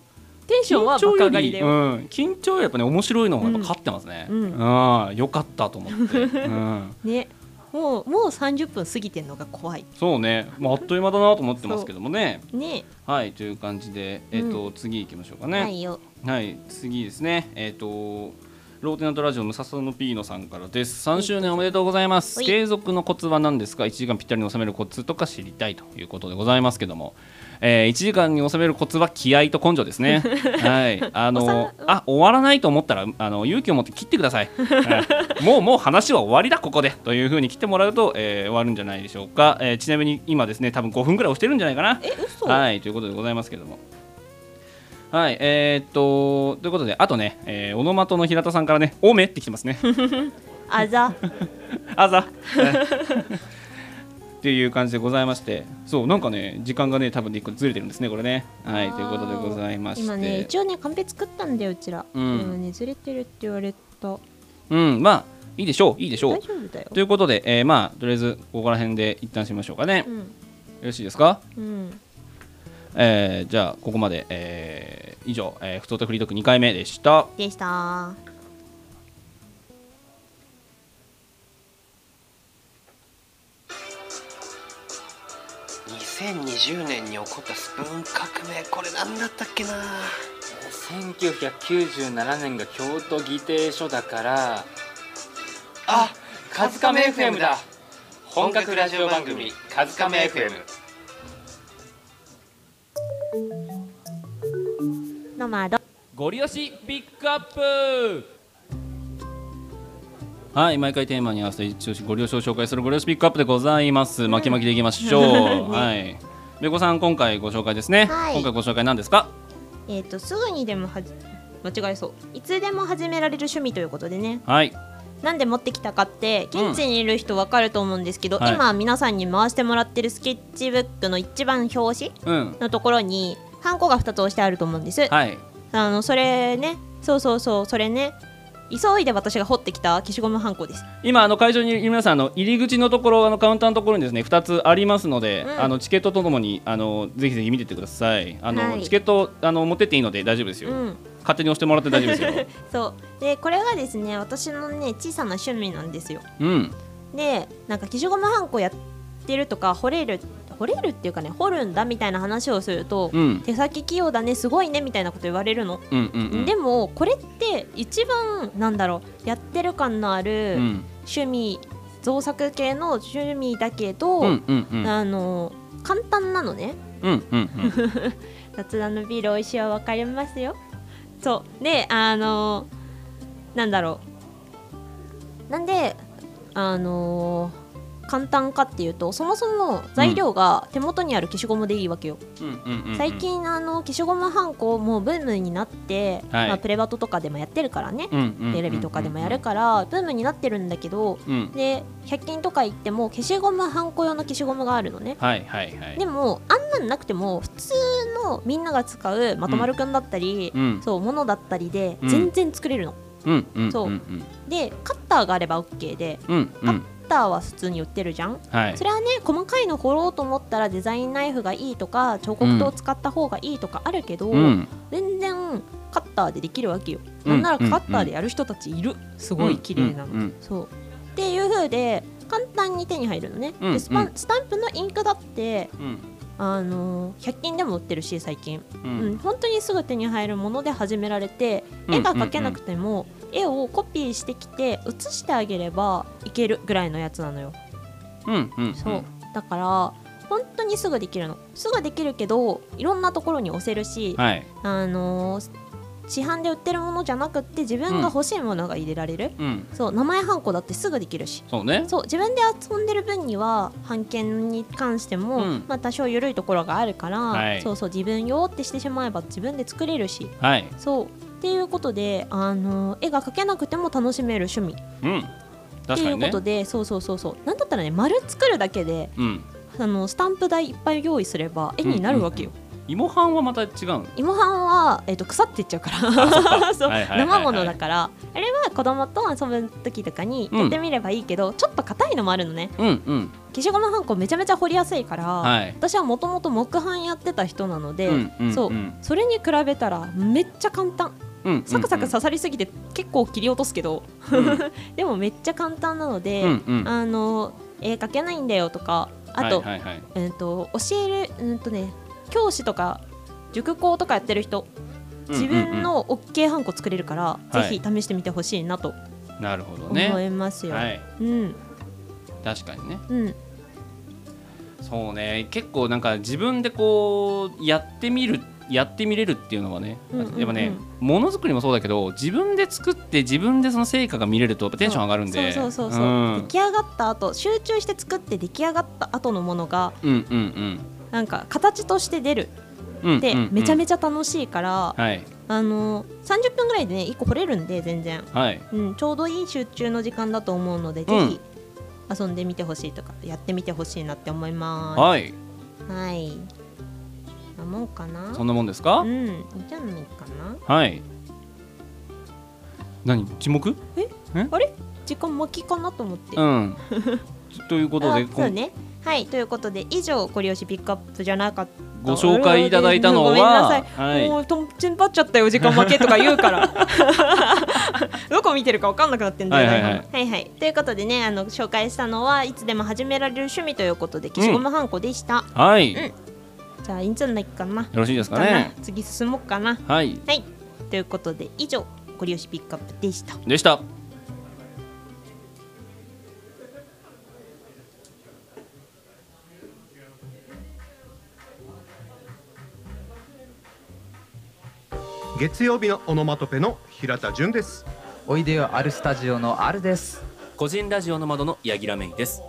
Speaker 4: テンションはバカ上がりだよ、
Speaker 5: うん、緊張よりやっぱね面白いのがやっぱ勝ってますね
Speaker 4: うん
Speaker 5: ああよかったと思 って、うん、
Speaker 4: ねもうもう30分過ぎてんのが怖い
Speaker 5: そうね、まあ、あっという間だなと思ってますけどもね
Speaker 4: ね
Speaker 5: はいという感じで、えっと次行きましょうかね
Speaker 4: ないよ
Speaker 5: はい次ですねえっ、とローテナントラジオムササノピーノさんからです3周年おめでとうございます
Speaker 2: はい
Speaker 5: 継続のコツは何ですか1時間ぴったりに収めるコツとか知りたいということでございますけども、え1時間に収めるコツは気合と根性です ねはいあのあ終わらないと思ったらあの勇気を持って切ってください、はいもうもう話は終わりだここでというふうに切ってもらうと、えー終わるんじゃないでしょうか、えーちなみに今ですね多分5分ぐらい押してるんじゃないかなはいということでございますけどもはい、えーっと、ということで、あとね、えー、オノマトの平田さんからね、おめってきてます ね。
Speaker 4: あざ
Speaker 5: あざ。 っていう感じでございまして、そう、なんかね、時間がね、多分ね、一個ずれてるんですね、これね。はい、ということでございまして。
Speaker 4: 今ね一応ねカンペ作ったんだようちら、
Speaker 5: うん
Speaker 4: でもねずれてるって言われた
Speaker 5: うん、まあ、いいでしょう、いいでしょう。
Speaker 4: 大丈夫だよ
Speaker 5: ということで、えーまあ、とりあえず、ここら辺で一旦しましょうかね。
Speaker 4: う
Speaker 5: よ
Speaker 4: ん
Speaker 5: ろしいですか。
Speaker 4: うん
Speaker 5: えーじゃあ、ここまで、えー以上、えー、ふととフリートーク2回目でした。
Speaker 4: でした
Speaker 16: 2020年に起こったスプーン革命これ何だったっけな
Speaker 17: 1997年が京都議定書だからあカズカメ FM だ本格ラジオ番組「カズカメ FM」
Speaker 4: ノマド
Speaker 2: ゴリ押しピックアップ
Speaker 5: はい、毎回テーマに合わせて一押しご了承を紹介するご了承ピックアップでございます。巻き巻きでいきましょう。 はい。べこさん、今回ご紹介ですね。
Speaker 4: はい
Speaker 5: 今回ご紹介なんですか。
Speaker 4: えっ、とすぐにでもはじ間違えそういつでも始められる趣味ということでね
Speaker 5: はい。
Speaker 4: なんで持ってきたかって
Speaker 5: うん
Speaker 4: 現地にいる人わかると思うんですけど、
Speaker 5: はい
Speaker 4: 今皆さんに回してもらってるスケッチブックの一番表紙
Speaker 5: うん。
Speaker 4: のところにハンコが2つ押してあると思うんです、
Speaker 5: はい。
Speaker 4: あのそれねそうそうそうそれね急いで私が掘ってきた消しゴムハンコです
Speaker 5: 今あの会場にいる皆さんあの入り口のところあのカウンターのところにですね2つありますので、
Speaker 4: うん
Speaker 5: あのチケットとともにあのぜひぜひ見てってくださいあの、
Speaker 4: はい
Speaker 5: チケットあの持ってっていいので大丈夫ですよ、
Speaker 4: うん
Speaker 5: 勝手に押してもらって大丈夫ですよ
Speaker 4: そうでこれがですね私のね小さな趣味なんですよ
Speaker 5: うん
Speaker 4: でなんか消しゴムハンコやってるとか掘れる掘れるっていうかね掘るんだみたいな話をすると、
Speaker 5: うん
Speaker 4: 手先器用だねすごいねみたいなこと言われるの、
Speaker 5: うんうんうん
Speaker 4: でもこれって一番なんだろうやってる感のある
Speaker 5: うん
Speaker 4: 趣味、造作系の趣味だけど、
Speaker 5: うんうんうん
Speaker 4: あの簡単なのね
Speaker 5: うんうんうん
Speaker 4: 雑談のビール美味しいは分かりますよそうであのなんだろうなんであの簡単かっていうとそもそも材料が手元にある消しゴムでいいわけよ、
Speaker 5: うんうんうんうん
Speaker 4: 最近あの消しゴムはんこもうブームになって、
Speaker 5: はい
Speaker 4: まあ、プレバトとかでもやってるからね、
Speaker 5: うんうんうんうん
Speaker 4: テレビとかでもやるからブームになってるんだけど、
Speaker 5: うん
Speaker 4: で100均とか行っても消しゴムはんこ用の消しゴムがあるのね、
Speaker 5: はいはいはい
Speaker 4: でもあんなんなくても普通のみんなが使うまとまるくんだったり、
Speaker 5: うんうん
Speaker 4: そうものだったりで
Speaker 5: うん
Speaker 4: 全然作れるの、
Speaker 5: うんうんうんうん
Speaker 4: そうでカッターがあれば OK でカ
Speaker 5: うん
Speaker 4: ッ
Speaker 5: うん
Speaker 4: ターは普通に売ってるじゃん、
Speaker 5: はい
Speaker 4: それはね細かいの掘ろうと思ったらデザインナイフがいいとか彫刻刀を使った方がいいとかあるけど、
Speaker 5: うん
Speaker 4: 全然カッターでできるわけよ、
Speaker 5: うん
Speaker 4: なんならカッターでやる人たちいる、すごい綺麗なの、
Speaker 5: うんうんうん
Speaker 4: そうっていう風で簡単に手に入るのね、
Speaker 5: うん
Speaker 4: でスパン
Speaker 5: うん
Speaker 4: スタンプのインクだって
Speaker 5: うん
Speaker 4: あのー100均でも売ってるし最近、
Speaker 5: う
Speaker 4: うんん本当にすぐ手に入るもので始められて、
Speaker 5: うん
Speaker 4: 絵が描けなくても、絵をコピーしてきて写してあげればいけるぐらいのやつなのよ
Speaker 5: うんうん
Speaker 4: そうだから本当にすぐできるのすぐできるけどいろんなところに押せるし、
Speaker 5: はい
Speaker 4: あのー市販で売ってるものじゃなくって自分が欲しいものが入れられる、
Speaker 5: うん
Speaker 4: そう名前ハンコだってすぐできるし
Speaker 5: そうね
Speaker 4: そう自分で遊んでる分には版権に関しても、
Speaker 5: うん
Speaker 4: まあ、多少緩いところがあるから、
Speaker 5: はい
Speaker 4: そうそう自分用ってしてしまえば自分で作れるし、
Speaker 5: はい
Speaker 4: そうっていうことであの絵が描けなくても楽しめる趣味
Speaker 5: うん
Speaker 4: って
Speaker 5: 確か
Speaker 4: い
Speaker 5: に
Speaker 4: うこ
Speaker 5: ね
Speaker 4: とで、そうそうそうそうなんだったらね丸作るだけで
Speaker 5: うん
Speaker 4: あのスタンプ台いっぱい用意すれば絵になるわけよ、
Speaker 5: 芋半はまた違うの
Speaker 4: 芋ハンは、えっと腐っていっちゃうか
Speaker 5: そっから
Speaker 4: そう
Speaker 5: はいはいはいはい
Speaker 4: 生ものだからあれは子供と遊ぶ時とかにやってみればいいけど、ちょっと硬いのもあるのね
Speaker 5: うんうん
Speaker 4: 消しゴムはんこめちゃめちゃ掘りやすいから、
Speaker 5: はい
Speaker 4: 私はもともと木版やってた人なので、
Speaker 5: うんうんうん
Speaker 4: そうそれに比べたらめっちゃ簡単
Speaker 5: うん
Speaker 4: サクサク刺さりすぎて結構切り落とすけど、でもめっちゃ簡単なので、
Speaker 5: うんうん
Speaker 4: あの絵描けないんだよとかあと,、
Speaker 5: はいはいはい
Speaker 4: えー、と教える、うんとね、教師とか塾講とかやってる人
Speaker 5: うんうんうん
Speaker 4: 自分の OK ハンコ作れるから、
Speaker 5: はい
Speaker 4: ぜひ試してみてほしいなと
Speaker 5: なるほどね
Speaker 4: 思いますよ。
Speaker 5: はい、
Speaker 4: うん
Speaker 5: 確かにね
Speaker 4: うん
Speaker 5: そうね結構なんか自分でこうやってみるやってみれるっていうのはね、
Speaker 2: うんうんうん
Speaker 5: やっぱねものづくりもそうだけど自分で作って自分でその成果が見れるとやっぱテンション上がるんで
Speaker 4: そうそうそうそう、出
Speaker 5: ん
Speaker 4: 来上がった後集中して作って出来上がった後のものが
Speaker 5: うんうん
Speaker 4: なんか形として出る
Speaker 5: うん
Speaker 4: って
Speaker 5: うんうんうん
Speaker 4: めちゃめちゃ楽しいから、
Speaker 5: はい
Speaker 4: あの30分ぐらいでね1個掘れるんで全然、
Speaker 5: はい
Speaker 4: うん、ちょうどいい集中の時間だと思うので、
Speaker 5: うん
Speaker 4: ぜひ遊んでみてほしいとかやってみてほしいなって思います
Speaker 5: はい
Speaker 4: はいなもんかな
Speaker 5: そんなもんですか
Speaker 4: うんいいんじゃないかな
Speaker 5: はい何沈黙
Speaker 4: えあれ時間巻きかなと思って
Speaker 5: うん ということで
Speaker 4: あそうねはいということで以上ご両親ピックアップじゃなかった
Speaker 5: ご紹介いただいたのは
Speaker 4: ごめんなさい、
Speaker 5: はい
Speaker 4: もうとんちんぱっちゃったよ時間負けとか言うから どこ見てるか分かんなくなってんだよね、
Speaker 5: はいはいはい
Speaker 4: はいはいということでねあの紹介したのはいつでも始められる趣味ということで消しゴムはんこでした、
Speaker 5: 今はい、
Speaker 4: うん
Speaker 5: よ
Speaker 4: じゃあいいんじゃないかな
Speaker 5: ろしいですか
Speaker 4: かな
Speaker 5: ね
Speaker 4: 次進もうかな
Speaker 5: はい
Speaker 4: はいということで以上ご両親ピックアップでした
Speaker 5: でした
Speaker 18: 月曜日のオノマトペの平田純です
Speaker 7: おいでよあるスタジオのあるです
Speaker 2: 個人ラジオの窓の柳楽芽衣です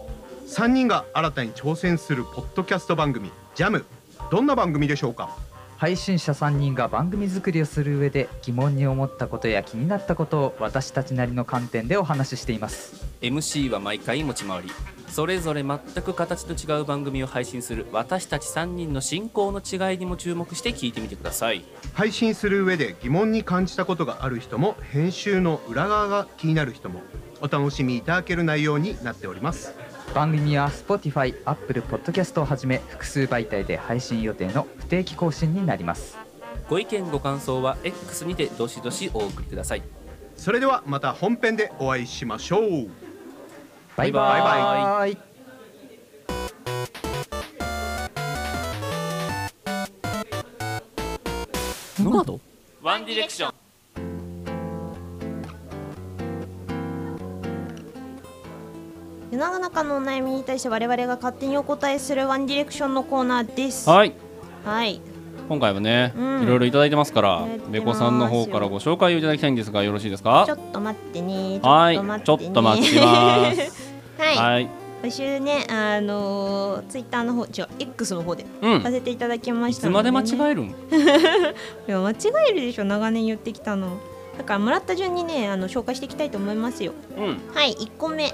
Speaker 18: 3人が新たに挑戦するポッドキャスト番組ジャムどんな番組でしょうか
Speaker 7: 配信者3人が番組作りをする上で疑問に思ったことや気になったことを私たちなりの観点でお話ししています
Speaker 2: MC は毎回持ち回りそれぞれ全く形と違う番組を配信する私たち3人の進行の違いにも注目して聞いてみてください
Speaker 18: 配信する上で疑問に感じたことがある人も編集の裏側が気になる人もお楽しみいただける内容になっております
Speaker 7: 番組は Spotify、Apple Podcast をはじめ複数媒体で配信予定の不定期更新になります
Speaker 2: ご意見ご感想は X にてどしどしお送りください
Speaker 18: それではまた本編でお会いしましょう
Speaker 2: バイバイ
Speaker 18: バイ
Speaker 2: ノマドワンディレクション
Speaker 4: 世の中のお悩みに対して我々が勝手にお答えするワンディレクションのコーナーです
Speaker 5: はい
Speaker 4: はい
Speaker 5: 今回はね、
Speaker 4: うん
Speaker 5: いろいろいただいてますから
Speaker 4: いただいてますよ
Speaker 5: べこさんの方からご紹介をいただきたいんですがよろしいですか
Speaker 4: ちょっと待ってね
Speaker 5: はい
Speaker 4: ちょっと待ってね
Speaker 5: ちょっと待ちま
Speaker 4: はい、
Speaker 5: はい
Speaker 4: 今週ねあのツイッター Twitter の方違う X の方で
Speaker 5: うん
Speaker 4: させていただきま
Speaker 5: い
Speaker 4: した
Speaker 5: つ
Speaker 4: の
Speaker 5: ま
Speaker 4: で、
Speaker 5: で
Speaker 4: ね
Speaker 5: 間違えるん
Speaker 4: いや間違えるでしょ長年言ってきたのだからもらった順にねあの紹介していきたいと思いますよ
Speaker 5: うん
Speaker 4: はい1個目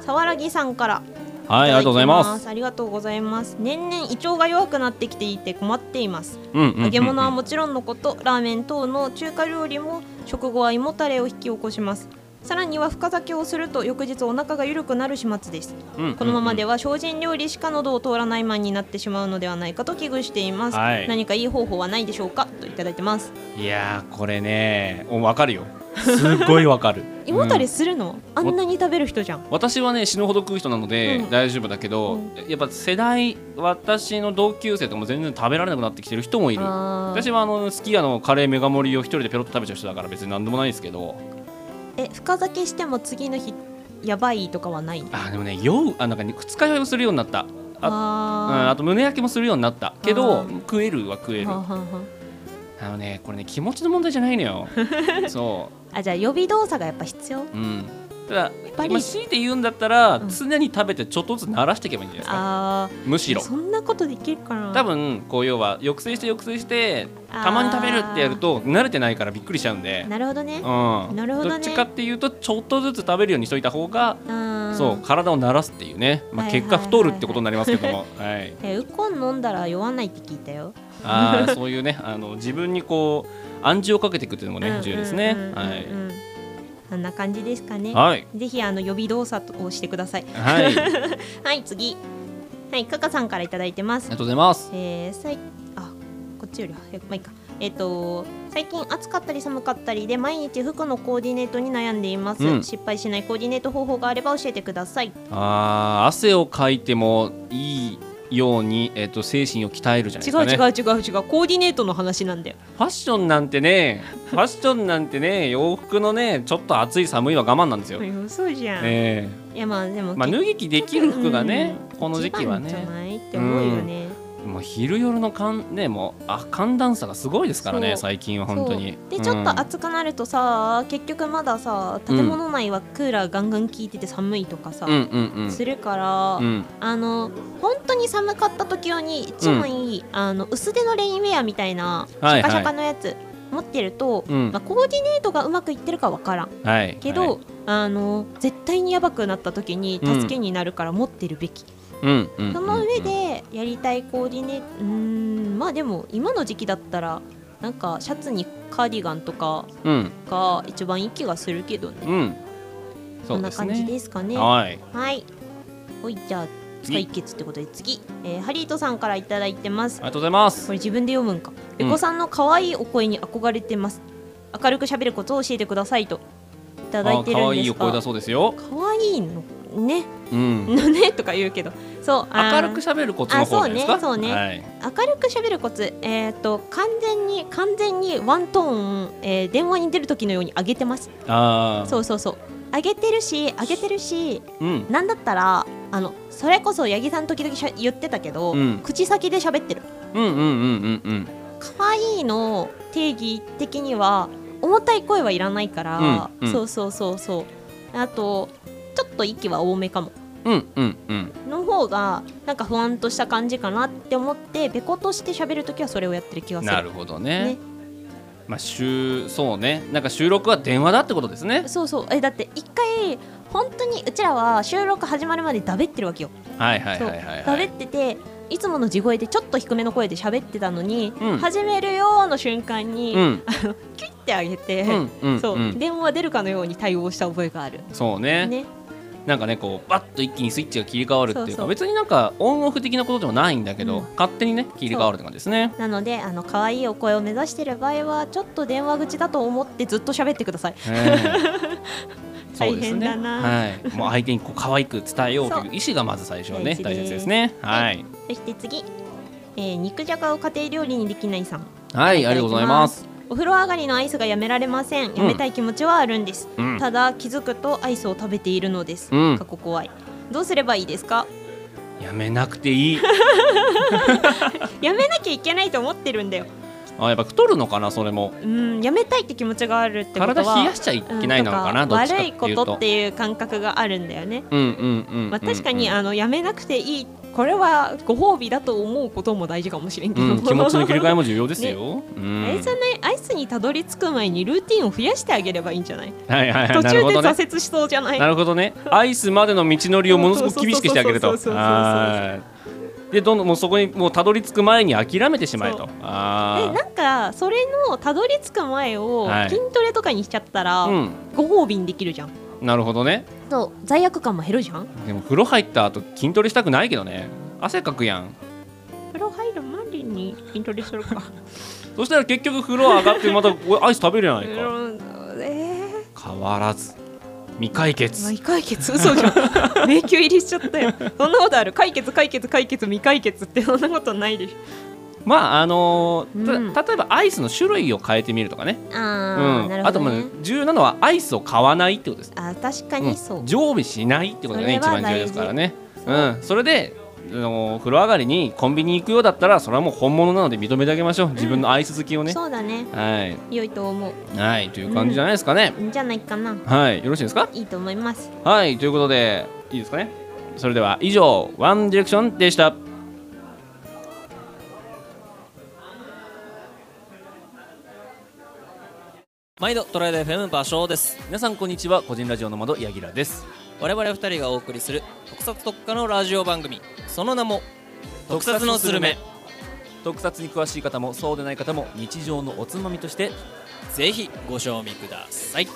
Speaker 4: さわらぎさんから
Speaker 5: はいありがとうございます
Speaker 4: ありがとうございます年々胃腸が弱くなってきていて困っています、
Speaker 5: うんうんうんうん
Speaker 4: 揚げ物はもちろんのことラーメン等の中華料理も食後は胃もたれを引き起こしますさらには深酒をすると翌日お腹が緩くなる始末です、
Speaker 5: うんうんうん
Speaker 4: このままでは精進料理しか喉を通らないマンになってしまうのではないかと危惧しています、
Speaker 5: はい
Speaker 4: 何かいい方法はないでしょうかといただいてます
Speaker 5: いやーこれねおわかるよすっごいわ かる
Speaker 4: 胃もた
Speaker 5: う
Speaker 4: れ
Speaker 5: ん
Speaker 4: するの、あんなに食べる人じゃん
Speaker 5: 私はね死ぬほど食う人なので
Speaker 4: うん
Speaker 5: 大丈夫だけど、やっぱ世代私の同級生とかも全然食べられなくなってきてる人もいる
Speaker 4: あー
Speaker 5: 私はあの好き家のカレーメガ盛りを一人でペロッと食べちゃう人だから別に何でもないんですけど
Speaker 4: え深酒しても次の日やばいとかはない
Speaker 5: あでもね酔うあなんかね二日酔いをするようになったあ
Speaker 4: あー
Speaker 5: うん、あと胸焼けもするようになったけど
Speaker 4: あー
Speaker 5: 食えるは食える
Speaker 4: はあ
Speaker 5: あ
Speaker 4: はあは
Speaker 5: のねこれね気持ちの問題じゃないの よそ
Speaker 4: ああじゃあ予備動作がやっぱ必要
Speaker 5: ううんただ
Speaker 4: ぱり
Speaker 5: 今強いて言うんだったら、常に食べてちょっとずつ慣らしていけばいいんじゃないですか
Speaker 4: あ
Speaker 5: むしろ
Speaker 4: ーそんなことできるかな
Speaker 5: 多分こう要は抑制して抑制して
Speaker 4: あー
Speaker 5: たまに食べるってやると慣れてないからびっくりしちゃうんで
Speaker 4: なるほどね
Speaker 5: うん
Speaker 4: なるほどね
Speaker 5: っちかっていうとちょっとずつ食べるようにしといた方が
Speaker 4: あー
Speaker 5: そう体を慣らすっていうね、まあ、
Speaker 4: はい
Speaker 5: 結果太るってことになりますけども、 はい、
Speaker 4: えウコン飲んだら酔わないって聞いたよ
Speaker 5: あーそういうねあの自分にこう暗示をかけていくっていうのも
Speaker 4: うんうん
Speaker 5: ね
Speaker 4: うん
Speaker 5: 重要ですね
Speaker 4: うんうんうん
Speaker 5: はい
Speaker 4: あんな感じですかね。
Speaker 5: はい
Speaker 4: ぜひあの予備動作をしてください。
Speaker 5: はい
Speaker 4: はい次。はいカカさんからいただいてま
Speaker 5: あ
Speaker 4: す。
Speaker 5: りがとうございます
Speaker 4: えー、さいあこっちより早くまあいいか。えっ、と最近暑かったり寒かったりで毎日服のコーディネートに悩んでいます、
Speaker 5: うん
Speaker 4: 失敗しないコーディネート方法があれば教えてください。
Speaker 5: あー汗をかいてもいいように、えっと精神を鍛えるじゃない
Speaker 4: 違
Speaker 5: です
Speaker 4: う
Speaker 5: かね
Speaker 4: 違う違う違うコーディネートの話なんだよ。
Speaker 5: ファッションなんて ねファッションなんてね洋服のねちょっと暑い寒いは我慢なんですよ、
Speaker 4: そうじゃん。
Speaker 5: え
Speaker 4: いやまあでも。
Speaker 5: えまあ脱ぎ着できる服がね、この時期は
Speaker 4: 一番じゃ
Speaker 5: ね
Speaker 4: ないって思うよね。
Speaker 5: もう昼夜の寒ねもうあ寒暖差がすごいですから
Speaker 4: そ
Speaker 5: ね
Speaker 4: う
Speaker 5: 最近は本当に
Speaker 4: そうでちょっと暑くなるとさ、結局まださ建物内はクーラーガンガン効いてて寒いとかさ、
Speaker 5: うんうんうん
Speaker 4: するから、
Speaker 5: うん
Speaker 4: あの本当に寒かった時用に一枚、あの薄手のレインウェアみたいなシ
Speaker 5: はいはい
Speaker 4: ャカシャカのやつ持ってると、
Speaker 5: うん
Speaker 4: まあ、コーディネートがうまくいってるかわからん
Speaker 5: はい
Speaker 4: け
Speaker 5: は
Speaker 4: ど、
Speaker 5: い
Speaker 4: あの絶対にやばくなった時に助けになるから持ってるべき、
Speaker 5: うんうん
Speaker 4: その上でやりたいコーディネートうーんまあでも今の時期だったらなんかシャツにカーディガンとか
Speaker 5: うん
Speaker 4: が一番いい気がするけどね、
Speaker 5: うん
Speaker 4: こ
Speaker 5: そ
Speaker 4: ん
Speaker 5: う
Speaker 4: な
Speaker 5: ですね
Speaker 4: 感じですかね
Speaker 5: はい
Speaker 4: はいおいじゃあ解決ってことで次、えーハリートさんからいただいてます
Speaker 5: ありがとうございます
Speaker 4: これ自分で読むんか
Speaker 5: うん
Speaker 4: べこさんの可愛いお声に憧れてます、明るく喋るコツを教えてくださいといただいて
Speaker 5: あ
Speaker 4: る
Speaker 5: 可
Speaker 4: ん
Speaker 5: 愛
Speaker 4: で
Speaker 5: い
Speaker 4: す
Speaker 5: お
Speaker 4: が
Speaker 5: 声だそうですよ
Speaker 4: 可愛いのね
Speaker 5: うん
Speaker 4: のね とか言うけどそうあー
Speaker 5: 明るく喋るコツの方じゃないですか
Speaker 4: あそうねそうね
Speaker 5: はい
Speaker 4: 明るく喋るコツえっ、と完全に完全にワントーン、えー電話に出る時のように上げてます
Speaker 5: ああ
Speaker 4: そうそうそう上げてるし上げてるし
Speaker 5: うん
Speaker 4: なんだったらあのそれこそ八木さん時々しゃ言ってたけど、
Speaker 5: うん
Speaker 4: 口先で喋ってる
Speaker 5: うんうんうんうん
Speaker 4: 可愛いの定義的には重たい声はいらないから、
Speaker 5: うんうん
Speaker 4: そうそうそうそうあとちょっと息は多めかも
Speaker 5: うんうんうんうん
Speaker 4: の方がなんか不安とした感じかなって思ってべことして喋るときはそれをやってる気がする
Speaker 5: なるほどねまあ収そうねなんか収録は電話だってことですね
Speaker 4: そうそうえだって一回本当にうちらは収録始まるまでだべってるわけよ
Speaker 5: はいはいはいはい
Speaker 4: だ
Speaker 5: は
Speaker 4: べっ
Speaker 5: い
Speaker 4: てていつもの地声でちょっと低めの声で喋ってたのに、
Speaker 5: うん
Speaker 4: 始めるよーの瞬間に、
Speaker 5: うん
Speaker 4: あのキュッてあげて、
Speaker 5: うん うん
Speaker 4: そう
Speaker 5: うん
Speaker 4: 電話出るかのように対応した覚えがある
Speaker 5: そうねなんかねこうバッと一気にスイッチが切り替わるっていうか
Speaker 4: そうそう
Speaker 5: 別になんかオンオフ的なことでもないんだけど、勝手にね切り替わるって感じですね
Speaker 4: なのであの可愛いお声を目指してる場合はちょっと電話口だと思ってずっと喋ってください、
Speaker 5: そ
Speaker 4: 大
Speaker 5: うです
Speaker 4: 変
Speaker 5: ね
Speaker 4: だな、
Speaker 5: はい、もう相手にこう可愛く伝えようという意思がまず最初はね
Speaker 4: そう
Speaker 5: 大切ですねはい
Speaker 4: そして次、えー肉じゃがを家庭料理にできないさん
Speaker 5: はいありがとうございます
Speaker 4: お風呂上がりのアイスがやめられませんやめたい気持ちはあるんです、
Speaker 5: うん
Speaker 4: ただ気づくとアイスを食べているのです、
Speaker 5: うん
Speaker 4: 過去怖いどうすればいいですか
Speaker 5: やめなくていい
Speaker 4: やめなきゃいけないと思ってるんだよ
Speaker 5: あやっぱ太るのかなそれも
Speaker 4: うんやめたいって気持ちがあるってことは
Speaker 5: 体冷やしちゃいけないのかな
Speaker 4: うん
Speaker 5: どっちかっ
Speaker 4: 悪
Speaker 5: てい
Speaker 4: いう
Speaker 5: と
Speaker 4: ことっていう感覚があるんだよね、
Speaker 5: うんうんうん、うん
Speaker 4: まあ、確かに、
Speaker 5: うん
Speaker 4: あのやめなくていいこれはご褒美だと思うことも大事かもしれんけど、
Speaker 5: うん気持ちの切 り替えも重要ですよ、
Speaker 4: ね
Speaker 5: うん
Speaker 4: あれじゃないアイスにたどり着く前にルーティンを増やしてあげればいいんじゃない
Speaker 5: はいはいはい
Speaker 4: 途
Speaker 5: な
Speaker 4: 中
Speaker 5: るほ
Speaker 4: で
Speaker 5: どね
Speaker 4: 挫折しそうじゃない
Speaker 5: なるほどね。アイスまでの道のりをものすごく厳しくしてあげると
Speaker 4: そうそうそうそうそうそうそう。
Speaker 5: はいでどんどんもうそこにもうたどり着く前に諦めてしまえと。あ
Speaker 4: なんかそれのたどり着く前を
Speaker 5: はい
Speaker 4: 筋トレとかにしちゃったら、
Speaker 5: あ。うん。
Speaker 4: ご褒美にできるじゃん
Speaker 5: なるほどね。
Speaker 4: そう罪悪感も減るじゃん
Speaker 5: でも風呂入った後筋トレしたくないけどね。汗かくやん。
Speaker 4: 風呂入るまでに筋トレす るか
Speaker 5: そしたら結局風呂上がってまた おアイス食べるやないか。
Speaker 4: うんえ
Speaker 5: 変わらず未解
Speaker 4: ー、まあ
Speaker 5: 決。
Speaker 4: 未解決 嘘じゃん迷宮入りしちゃったよそんなことある解決解決解決未解決ってそんなことないでしょ
Speaker 5: まああのーた例えばアイスの種類を変えてみるとかね。
Speaker 4: あー
Speaker 5: うん。
Speaker 4: なる
Speaker 5: あ
Speaker 4: ほ
Speaker 5: と
Speaker 4: ど
Speaker 5: も
Speaker 4: ね
Speaker 5: う重要なのはアイスを買わないってことです。
Speaker 4: あ確かにそう、
Speaker 5: ん常備しないってことがね一
Speaker 4: それは
Speaker 5: 番重要ですからねうんそれであの風呂上がりにコンビニ行くようだったらそれはもう本物なので認めてあげましょう自分のアイス好きをね、
Speaker 4: そうだね
Speaker 5: はい
Speaker 4: 良いと思う
Speaker 5: はいという感じじゃないですかね、
Speaker 4: いいんじゃないかな
Speaker 5: はいよろしいですか
Speaker 4: いいと思います
Speaker 5: はいということでいいですかねそれでは以上ワンディレクションでした
Speaker 2: 毎度トライアル FM 場所です皆さんこんにちは個人ラジオの窓ヤギラです我々二人がお送りする特撮特化のラジオ番組その名も特撮のスルメ
Speaker 5: 特撮に詳しい方もそうでない方も日常のおつまみとして
Speaker 2: ぜひご賞味ください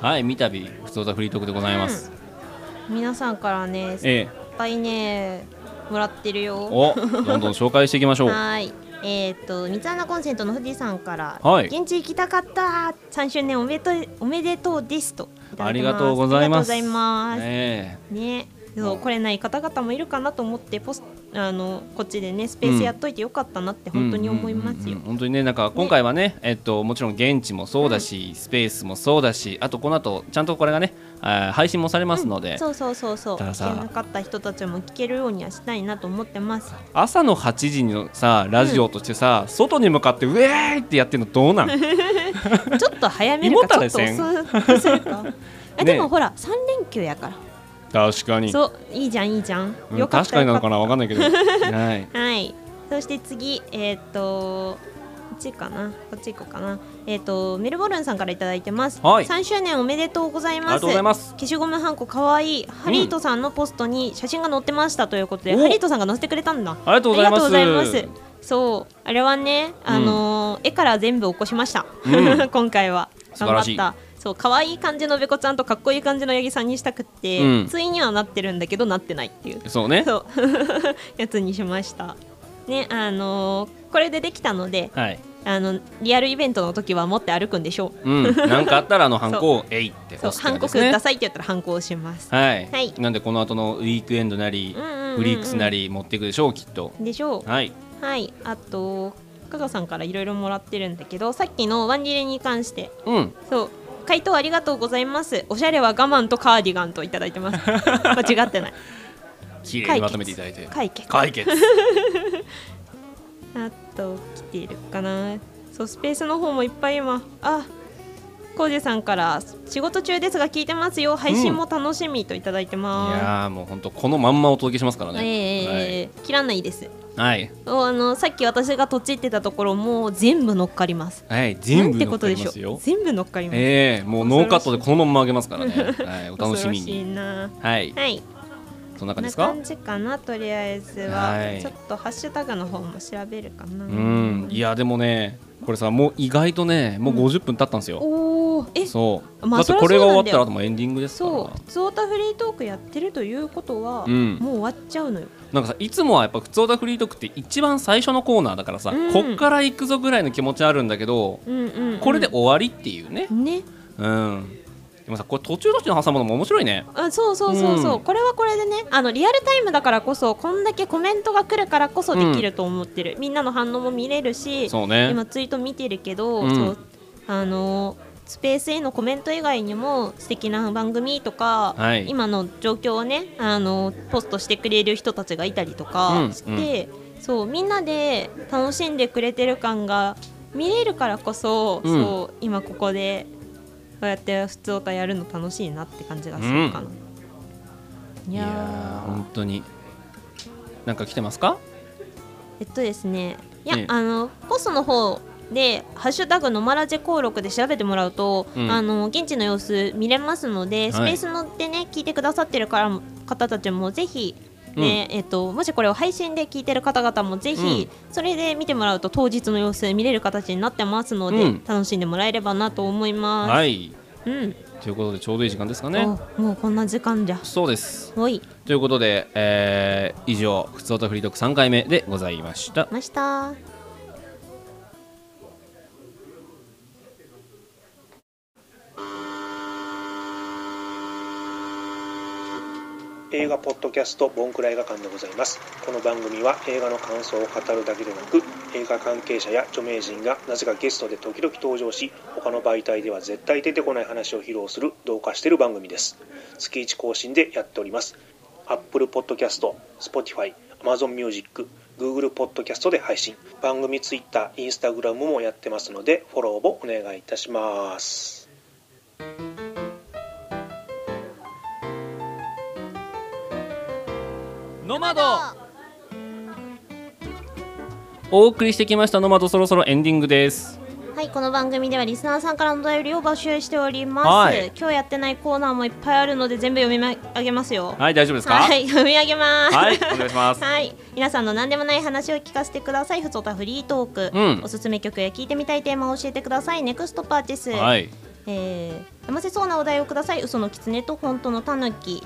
Speaker 5: はい三度普通座フリートークでございます、
Speaker 4: 皆さんからね、いっ
Speaker 5: ええ
Speaker 4: ぱいねもらってるよ
Speaker 5: おどんどん紹介していきましょう
Speaker 4: はーいえっ、と三つ穴コンセントの富士山から、
Speaker 5: はい
Speaker 4: 現地行きたかった三周年おめでとうおめでとうですといただ
Speaker 5: あ
Speaker 4: いて
Speaker 5: り
Speaker 4: ま
Speaker 5: が
Speaker 4: す
Speaker 5: とうございます
Speaker 4: ありがとうございます
Speaker 5: ね
Speaker 4: ねそうこれない方々もいるかなと思ってポスあのこっちでねスペースやっといてよかったなって本当に思いますよ。
Speaker 5: え本当にねなんか今回はねえっともちろん現地もそうだし、スペースもそうだしあとこの後ちゃんとこれがねあー配信もされますので、
Speaker 4: そうそうそうそう
Speaker 5: だから
Speaker 4: 聞
Speaker 5: さ
Speaker 4: けなかった人たちも聞けるようにはしたいなと思ってます。
Speaker 5: 朝の8時のさラジオとしてさ、外に向かってウェーイってやってるのどうなん
Speaker 4: ちょっと早めるかちょっと遅くす るか。あでもほら三連休やから。
Speaker 5: 確かに
Speaker 4: そういいじゃんいいじゃん。
Speaker 5: うん
Speaker 4: よかっ
Speaker 5: 確か
Speaker 4: た
Speaker 5: になの
Speaker 4: よか
Speaker 5: か
Speaker 4: っ
Speaker 5: なわかん ないけどはい
Speaker 4: た。はい。そして次えーっと。こっちかなこっち行こうかなえーっ、とメルボルンさんからいただいてます、
Speaker 5: はい
Speaker 4: 3周年おめでとうございます
Speaker 5: ありがとうございます
Speaker 4: 消しゴムはんこかわいいハリートさんのポストに写真が載ってましたということで、
Speaker 5: お
Speaker 4: ハリートさんが載せてくれたんだ
Speaker 5: ありがとうございます
Speaker 4: ありがとうございますそうあれはねあのー絵から全部起こしました、
Speaker 5: うん
Speaker 4: 今回は
Speaker 5: 素
Speaker 4: 頑
Speaker 5: 晴
Speaker 4: 張
Speaker 5: ら
Speaker 4: っ
Speaker 5: しい
Speaker 4: たそう可愛い感じのべこちゃんとかっこいい感じの八木さんにしたくって、
Speaker 5: うん
Speaker 4: ついにはなってるんだけどなってないっていう
Speaker 5: そうね
Speaker 4: そう やつにしましたねあのーこれでできたので
Speaker 5: はい
Speaker 4: あのリアルイベントの時は持って歩くんでしょう、
Speaker 5: うんなんかあったらあのハンコ
Speaker 4: そ
Speaker 5: をえいって
Speaker 4: そう
Speaker 5: 押すって感
Speaker 4: ハ
Speaker 5: じで
Speaker 4: ンコ
Speaker 5: す
Speaker 4: く
Speaker 5: ね
Speaker 4: ださいって言ったらハンコをします
Speaker 5: はい、
Speaker 4: はい
Speaker 5: なんでこの後のウィークエンドなり、
Speaker 4: うんうんうんうん
Speaker 5: フリークスなり持っていくでしょうきっと
Speaker 4: でしょう
Speaker 5: はい
Speaker 4: はいあと加賀さんからいろいろもらってるんだけどさっきのワンディレに関して
Speaker 5: うん
Speaker 4: そう回答ありがとうございますおしゃれは我慢とカーディガンといただいてます間違ってない
Speaker 5: 綺麗にまとめていただいて
Speaker 4: 解決
Speaker 5: 解決
Speaker 4: あと来てるかなそうスペースの方もいっぱい今あコージさんから仕事中ですが聞いてますよ配信も楽しみといただいて
Speaker 5: い
Speaker 4: ます、
Speaker 5: やーもう本当このまんまお届けしますからね、
Speaker 4: ええええ切らないです
Speaker 5: はい
Speaker 4: おあのさっき私がとちってたところもう全部乗っかります
Speaker 5: はい全
Speaker 4: なん
Speaker 5: 部
Speaker 4: て
Speaker 5: 乗
Speaker 4: こ
Speaker 5: っ
Speaker 4: と
Speaker 5: か
Speaker 4: で
Speaker 5: り
Speaker 4: し
Speaker 5: ま
Speaker 4: ょ
Speaker 5: すよ
Speaker 4: う全部乗っかります、
Speaker 5: ええもうノーカットでこのまんま上げますからね、はい、お楽しみ
Speaker 4: 恐ろしい
Speaker 5: に
Speaker 4: な
Speaker 5: はい
Speaker 4: はい
Speaker 5: そんな
Speaker 4: こ
Speaker 5: 感
Speaker 4: ん
Speaker 5: じです
Speaker 4: な
Speaker 5: か
Speaker 4: 感じかなとりあえずは、
Speaker 5: はい
Speaker 4: ちょっとハッシュタグの方も調べるかな
Speaker 5: うんいやでもねこれさもう意外とねもう50分経ったんですよ、
Speaker 4: おおえ
Speaker 5: そう、
Speaker 4: ま
Speaker 5: だ
Speaker 4: あ
Speaker 5: ってこれが終わったらあ
Speaker 4: そりゃそうなんだよ
Speaker 5: ともうエンディングですから
Speaker 4: そう「ツオタフリートーク」やってるということは、
Speaker 5: うん
Speaker 4: もう終わっちゃうのよ
Speaker 5: なんかさいつもはやっぱ普通オタフリートークって一番最初のコーナーだからさ、
Speaker 4: うん
Speaker 5: こっから行くぞぐらいの気持ちあるんだけど、
Speaker 4: うんうん、うん
Speaker 5: これで終わりっていうね
Speaker 4: ね
Speaker 5: うんでもさこれ途中途中の挟むのも面白いね
Speaker 4: あそうそうそうそう、
Speaker 5: うん
Speaker 4: これはこれでねあのリアルタイムだからこそこんだけコメントが来るからこそできると思ってる、みんなの反応も見れるし
Speaker 5: そうね
Speaker 4: 今ツイート見てるけど、
Speaker 5: うん
Speaker 4: そうあのスペースへのコメント以外にも素敵な番組とか、
Speaker 5: はい
Speaker 4: 今の状況をねあのポストしてくれる人たちがいたりとか
Speaker 5: うん
Speaker 4: して、そうみんなで楽しんでくれてる感が見れるからこそ,、
Speaker 5: うん
Speaker 4: そう今ここでこうやって普通歌やるの楽しいなって感じがす
Speaker 5: う
Speaker 4: る
Speaker 5: ん
Speaker 4: かな。い
Speaker 5: いやー本当になんか来てますか
Speaker 4: えっとですねいや、
Speaker 5: ね
Speaker 4: あのポストの方で「ハッシュタグのマラジェ登録」で調べてもらうと、
Speaker 5: うん
Speaker 4: あの現地の様子見れますので、
Speaker 5: い
Speaker 4: スペースのでね聞いてくださってるからも方たちもぜひ、ねえっと、もしこれを配信で聞いてる方々もぜひ、それで見てもらうと当日の様子見れる形になってますので、
Speaker 5: うん
Speaker 4: 楽しんでもらえればなと思います。
Speaker 5: はい
Speaker 4: うん、
Speaker 5: ということでちょうどいい時間ですかね
Speaker 4: おもうこんな時間じゃ。
Speaker 5: そうです
Speaker 4: おい、
Speaker 5: ということで、えー、以上「ふつおたフリートーク」3回目でございました
Speaker 4: ました。
Speaker 1: 映画ポッドキャストボンクラ映画館でございますこの番組は映画の感想を語るだけでなく映画関係者や著名人がなぜかゲストで時々登場し他の媒体では絶対出てこない話を披露する同化している番組です月1更新でやっております Apple Podcast、Spotify、Amazon Music、Google Podcast で配信番組 Twitter、Instagram もやってますのでフォローをお願いいたします
Speaker 2: ノマド
Speaker 5: お送りしてきましたノマドそろそろエンディングです
Speaker 4: はいこの番組ではリスナーさんからのお便りを募集しております、
Speaker 5: はい
Speaker 4: 今日やってないコーナーもいっぱいあるので全部読み上げますよ
Speaker 5: はい大丈夫ですか
Speaker 4: はい読み上げます
Speaker 5: はいお願いします
Speaker 4: はい皆さんの何でもない話を聞かせてくださいふつおたフリートーク、
Speaker 5: うん
Speaker 4: おすすめ曲や聞いてみたいテーマを教えてくださいネクストパーティス
Speaker 5: はい
Speaker 4: えー、読ませそうなお題をください嘘の狐と本当のタヌキ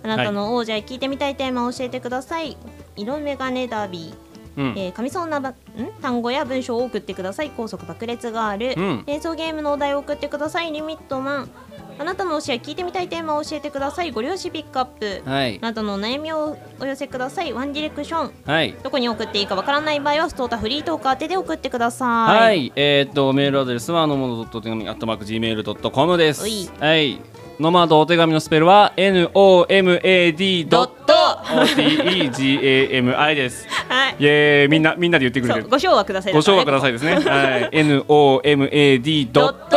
Speaker 4: あなたの王者へ聞いてみたいテーマを教えてください、色眼鏡ダービ
Speaker 5: う
Speaker 4: ー、
Speaker 5: ん
Speaker 4: えー噛みそうなばん単語や文章を送ってください高速爆裂ガール、
Speaker 5: うん
Speaker 4: 連想ゲームのお題を送ってくださいリミットマンあなたの推しや聞いてみたいテーマを教えてくださいご両親ピックアップ、
Speaker 5: はい
Speaker 4: あなどのお悩みをお寄せくださいワンディレクション
Speaker 5: はい
Speaker 4: どこに送っていいかわからない場合はストータフリートーク宛てで送ってください
Speaker 5: はい、えーっとメールアドレスはノマドドッ手紙アットマーク gmail.com です
Speaker 4: おい
Speaker 5: はいノマドお手紙のスペルは NOMAD ドット OTEGAMI です
Speaker 4: はい
Speaker 5: イエーイみんなみんなで言ってくれてる
Speaker 4: ご賞はください
Speaker 5: ご賞はくださいですねはい NOMAD ドット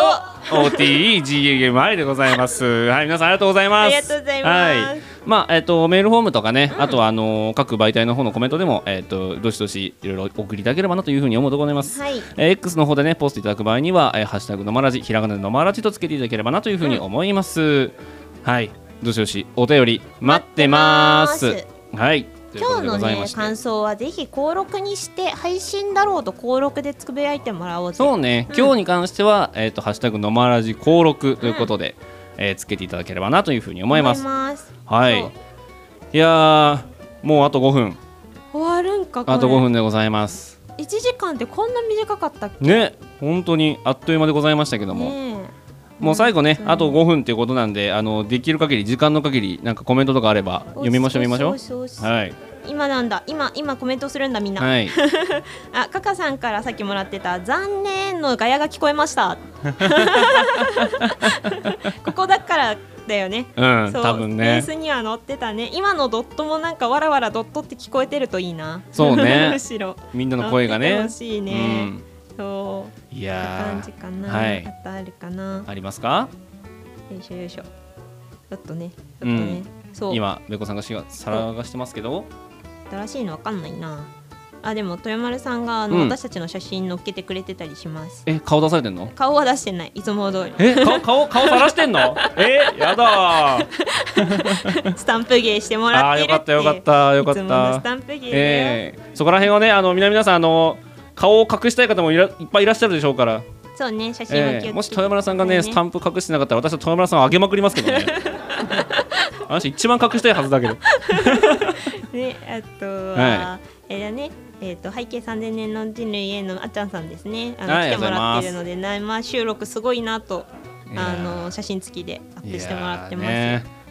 Speaker 5: OTEGAMI でございますはい皆さんありがとうございます
Speaker 4: ありがとうございます
Speaker 5: はいまあえっとメールフォームとかね、あとはあの各媒体の方のコメントでもえっとどしどしいろいろ送りいただければなというふうに思うところでございます。
Speaker 4: はい
Speaker 5: えー X の方でねポストいただく場合には、えーハッシュタグのまらじひらがなでのまらじとつけていただければなというふうに思います。はい、どしどしお便り待ってます。
Speaker 4: 待って
Speaker 5: はい、ということ
Speaker 4: 今日
Speaker 5: でご
Speaker 4: の
Speaker 5: ざいま
Speaker 4: ね
Speaker 5: して
Speaker 4: 感想はぜひ登録にして配信だろうと登録でつぶやいてもらおうぜ
Speaker 5: そうね、今日に関してはえっ、とハッシュタグのまらじ登録ということで、えーつけていただければなというふうに思います。はい、いやーもうあと5分、
Speaker 4: 終わるんかこれ
Speaker 5: あと5分でございます。
Speaker 4: 1時間ってこんな短かったっけ
Speaker 5: ね、本当にあっという間でございましたけども。
Speaker 4: ね
Speaker 5: もう最後ね、あと5分ということなんで、あのできる限り時間の限りなんかコメントとかあれば読みましょう読みましょ
Speaker 4: そうそうそう
Speaker 5: う。
Speaker 4: そう
Speaker 5: はい。
Speaker 4: 今なんだ今今コメントするんだみんな、
Speaker 5: はい
Speaker 4: あカカさんからさっきもらってた「残念」のガヤが聞こえました ここだからだよね
Speaker 5: うん
Speaker 4: そう
Speaker 5: 多分ね
Speaker 4: ベースには載ってたね今のドットもなんかわらわらドットって聞こえてるといいな
Speaker 5: そうね
Speaker 4: むしろ。
Speaker 5: みんなの声がね。
Speaker 4: 乗っててほしいねそう
Speaker 5: うん。いや
Speaker 4: 感じ
Speaker 5: ー。
Speaker 4: かな、
Speaker 5: はい
Speaker 4: あとあるかな
Speaker 5: ありますか？
Speaker 4: よいしょよいしょちょっとねちょっと
Speaker 5: う
Speaker 4: ね
Speaker 5: ん、。
Speaker 4: そう
Speaker 5: 今べこさんがしが探してますけど。
Speaker 4: 新しいのわかんないなあでも豊丸さんがあの、
Speaker 5: うん
Speaker 4: 私たちの写真載っけてくれてたりします
Speaker 5: え顔出されてんの？
Speaker 4: 顔は出してないいつも通り
Speaker 5: え顔顔顔晒してんの？えやだー。
Speaker 4: スタンプ芸しても
Speaker 5: あ
Speaker 4: ら
Speaker 5: あ
Speaker 4: って
Speaker 5: よ
Speaker 4: る
Speaker 5: かったよかったよかった。
Speaker 4: いつものスタンプ芸だよ
Speaker 5: ええそこら辺はねあの皆皆さんあの顔を隠したい方もいらいっぱいいらっしゃるでしょうから。
Speaker 4: そうね写真は気
Speaker 5: え
Speaker 4: をつ
Speaker 5: え
Speaker 4: けて
Speaker 5: もし豊村さんがね
Speaker 4: ね
Speaker 5: スタンプ隠してなかったら私は豊村さんをあげまくりますけ どねあの人一番隠したいはずだけど
Speaker 4: ねあとは、
Speaker 5: は
Speaker 4: えーだねえー、と背景3000年の人類へのあっちゃんさんですねあの、
Speaker 5: はい
Speaker 4: 来てもらってる
Speaker 5: あ
Speaker 4: ので生収録すごいなと
Speaker 5: いや
Speaker 4: あ
Speaker 5: ー
Speaker 4: の写真付きでアップしてもらってます
Speaker 5: ね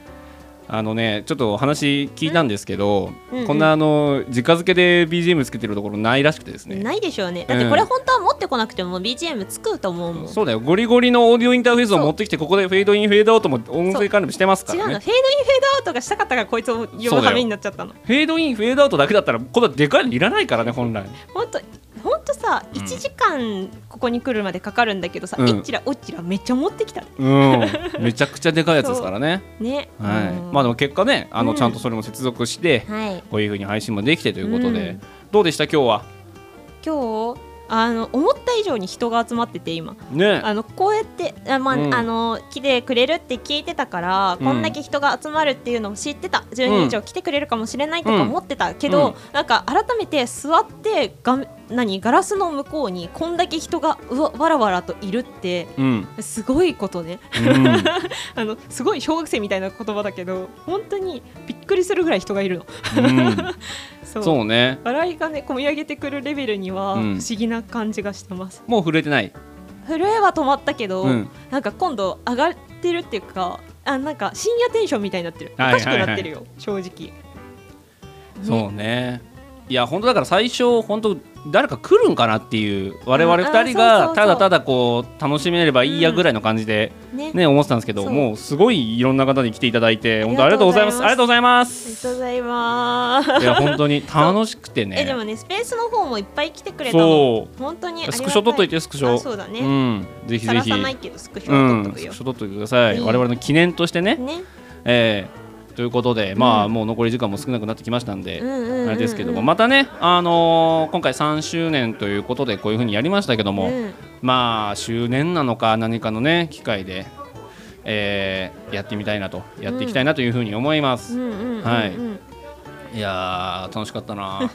Speaker 5: あのねちょっとお話聞いたんですけど、
Speaker 4: うんうん
Speaker 5: こんなあの直付けで BGM つけてるところないらしくてですね
Speaker 4: ないでしょうねだってこれ本当は持ってこなくても BGM 作ると思うもん、
Speaker 5: そうだよゴリゴリのオーディオインターフェースを持ってきてここでフェードインフェードアウトも音声管理もしてますか
Speaker 4: 違うの
Speaker 5: ら
Speaker 4: フェードイン
Speaker 5: ね
Speaker 4: フェードアウトがしたかったからこいつを呼ぶためになっちゃったの
Speaker 5: フェードインフェードアウトだけだったらこのでかいのいらないからね本来
Speaker 4: ほんとほんとさ
Speaker 5: うん
Speaker 4: 1時間ここに来るまでかかるんだけどさ、
Speaker 5: うん
Speaker 4: えっちらおっちらめっちゃ持ってきたね
Speaker 5: うんめちゃくちゃでかいやつですからね
Speaker 4: ね
Speaker 5: はい
Speaker 4: うん
Speaker 5: まあでも結果ねあの
Speaker 4: うん
Speaker 5: ちゃんとそれも接続して、
Speaker 4: はい
Speaker 5: こういう風に配信もできてということで、
Speaker 4: うん
Speaker 5: どうでした今日は
Speaker 4: 今日あの思った以上に人が集まってて今
Speaker 5: ね
Speaker 4: あのこうやってあ、まあ
Speaker 5: うん
Speaker 4: あの来てくれるって聞いてたから、
Speaker 5: うん
Speaker 4: こんだけ人が集まるっていうのを知ってた10人以上来てくれるかもしれないとか思ってたけど、
Speaker 5: うん
Speaker 4: なんか改めて座ってが何ガラスの向こうにこんだけ人がうわわらわらといるって
Speaker 5: うん
Speaker 4: すごいことね、
Speaker 5: うん
Speaker 4: あのすごい小学生みたいな言葉だけど本当にびっくりするぐらい人がいるの。
Speaker 5: うん
Speaker 4: そう
Speaker 5: そうね
Speaker 4: 笑いがねこみ上げてくるレベルには
Speaker 5: う
Speaker 4: 不
Speaker 5: ん
Speaker 4: 思議な感じがしてます。
Speaker 5: もう震えてない
Speaker 4: 震えは止まったけど、
Speaker 5: うん
Speaker 4: なんか今度上がってるっていうかあなんか深夜テンションみたいになってるお
Speaker 5: はいは
Speaker 4: か
Speaker 5: い
Speaker 4: しく
Speaker 5: はい
Speaker 4: なってるよ、正直
Speaker 5: そうねいや本当だから最初本当誰か来るんかなっていう我々
Speaker 4: ああ
Speaker 5: 二人
Speaker 4: そうそう
Speaker 5: が
Speaker 4: そう
Speaker 5: ただただこう楽しめればいいやぐらいの感じで、
Speaker 4: うんね
Speaker 5: ね思ってたんですけど
Speaker 4: そう
Speaker 5: もうすごいいろんな方に来ていただいて本当ありがとうございますありがとうございます
Speaker 4: ありがとうございます
Speaker 5: いや本当に楽しくて
Speaker 4: えで
Speaker 5: ね
Speaker 4: もねスペースの方もいっぱい来てくれ
Speaker 5: そ
Speaker 4: たの
Speaker 5: う
Speaker 4: 本当にありがたい
Speaker 5: スクショ撮っといてスクショ
Speaker 4: あそうだね、
Speaker 5: うん、ぜひぜ
Speaker 4: 晒
Speaker 5: ひ
Speaker 4: さないけどスクショは撮っ
Speaker 5: う
Speaker 4: と
Speaker 5: ん、
Speaker 4: く
Speaker 5: ス
Speaker 4: よ
Speaker 5: クショ撮っといてください、
Speaker 4: うん
Speaker 5: 我々の記念としてね
Speaker 4: ね
Speaker 5: えーということで、まあもう残り時間も少なくなってきましたんで、
Speaker 6: うんうんうんうん
Speaker 5: あれですけどもまたね、あのー今回3周年ということでこういうふうにやりましたけど
Speaker 6: う
Speaker 5: も、
Speaker 6: ん
Speaker 5: まあ周年なのか何かのね機会で、えーやってみたいなとやっていきたいなというふうに思います。
Speaker 4: うんうんうんうん
Speaker 5: はいいやー楽しかった な。
Speaker 4: い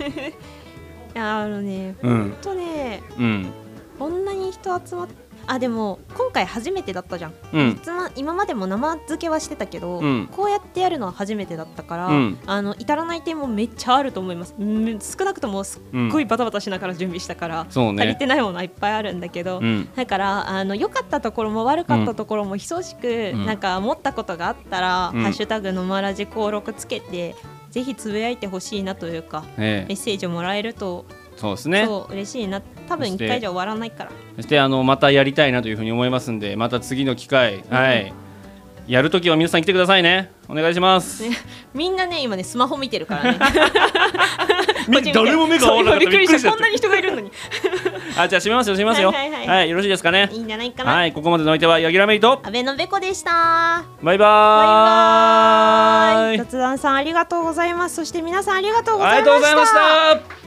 Speaker 4: やあのね、
Speaker 5: うん
Speaker 4: ほんとね
Speaker 5: うん
Speaker 4: こんなに人集まっあでも今回初めてだったじゃん、
Speaker 5: うん
Speaker 4: つま今までも生付けはしてたけど、
Speaker 5: うん
Speaker 4: こうやってやるのは初めてだったから、
Speaker 5: うん
Speaker 4: あの至らない点もめっちゃあると思いますうん少なくともすっごいバタバタしながら準備したから、
Speaker 5: そうね
Speaker 4: 足りてないものはいっぱいあるんだけど、
Speaker 5: うん
Speaker 4: だからあの良かったところも悪かったところも等しく、
Speaker 5: うん
Speaker 4: なんか思ったことがあったら「
Speaker 5: うん
Speaker 4: ハッシュタグのまらじ登録」つけてぜひつぶやいてほしいなというか、
Speaker 5: ええ
Speaker 4: メッセージをもらえると
Speaker 5: そうですね。
Speaker 4: そう嬉しいな多分
Speaker 5: そして
Speaker 4: 1回じゃ終わらないから
Speaker 5: そしてあのまたやりたいなというふうに思いますんでまた次の機会、はいやるときは皆さん来てくださいねお願いします。
Speaker 4: ねみんなね今ねスマホ見てるからね
Speaker 5: み誰も目が合わなかった
Speaker 4: そう今びっくり
Speaker 5: びっくり
Speaker 4: し
Speaker 5: したた
Speaker 4: こんなに人がいるのに
Speaker 5: あじゃあ閉めますよ閉めますよ。
Speaker 4: はいはいはい
Speaker 5: よろしいですかね
Speaker 4: い。いんじゃないかな、
Speaker 5: はいここまでのお相手はヤギラメイト
Speaker 4: 安倍のべこでした
Speaker 5: バイバーイ。
Speaker 4: 雑談さんありがとうございますそして皆さんありがとうご
Speaker 5: あ
Speaker 4: ざ
Speaker 5: り
Speaker 4: い
Speaker 5: がとうご
Speaker 4: ま
Speaker 5: ざいま
Speaker 4: し
Speaker 5: したた。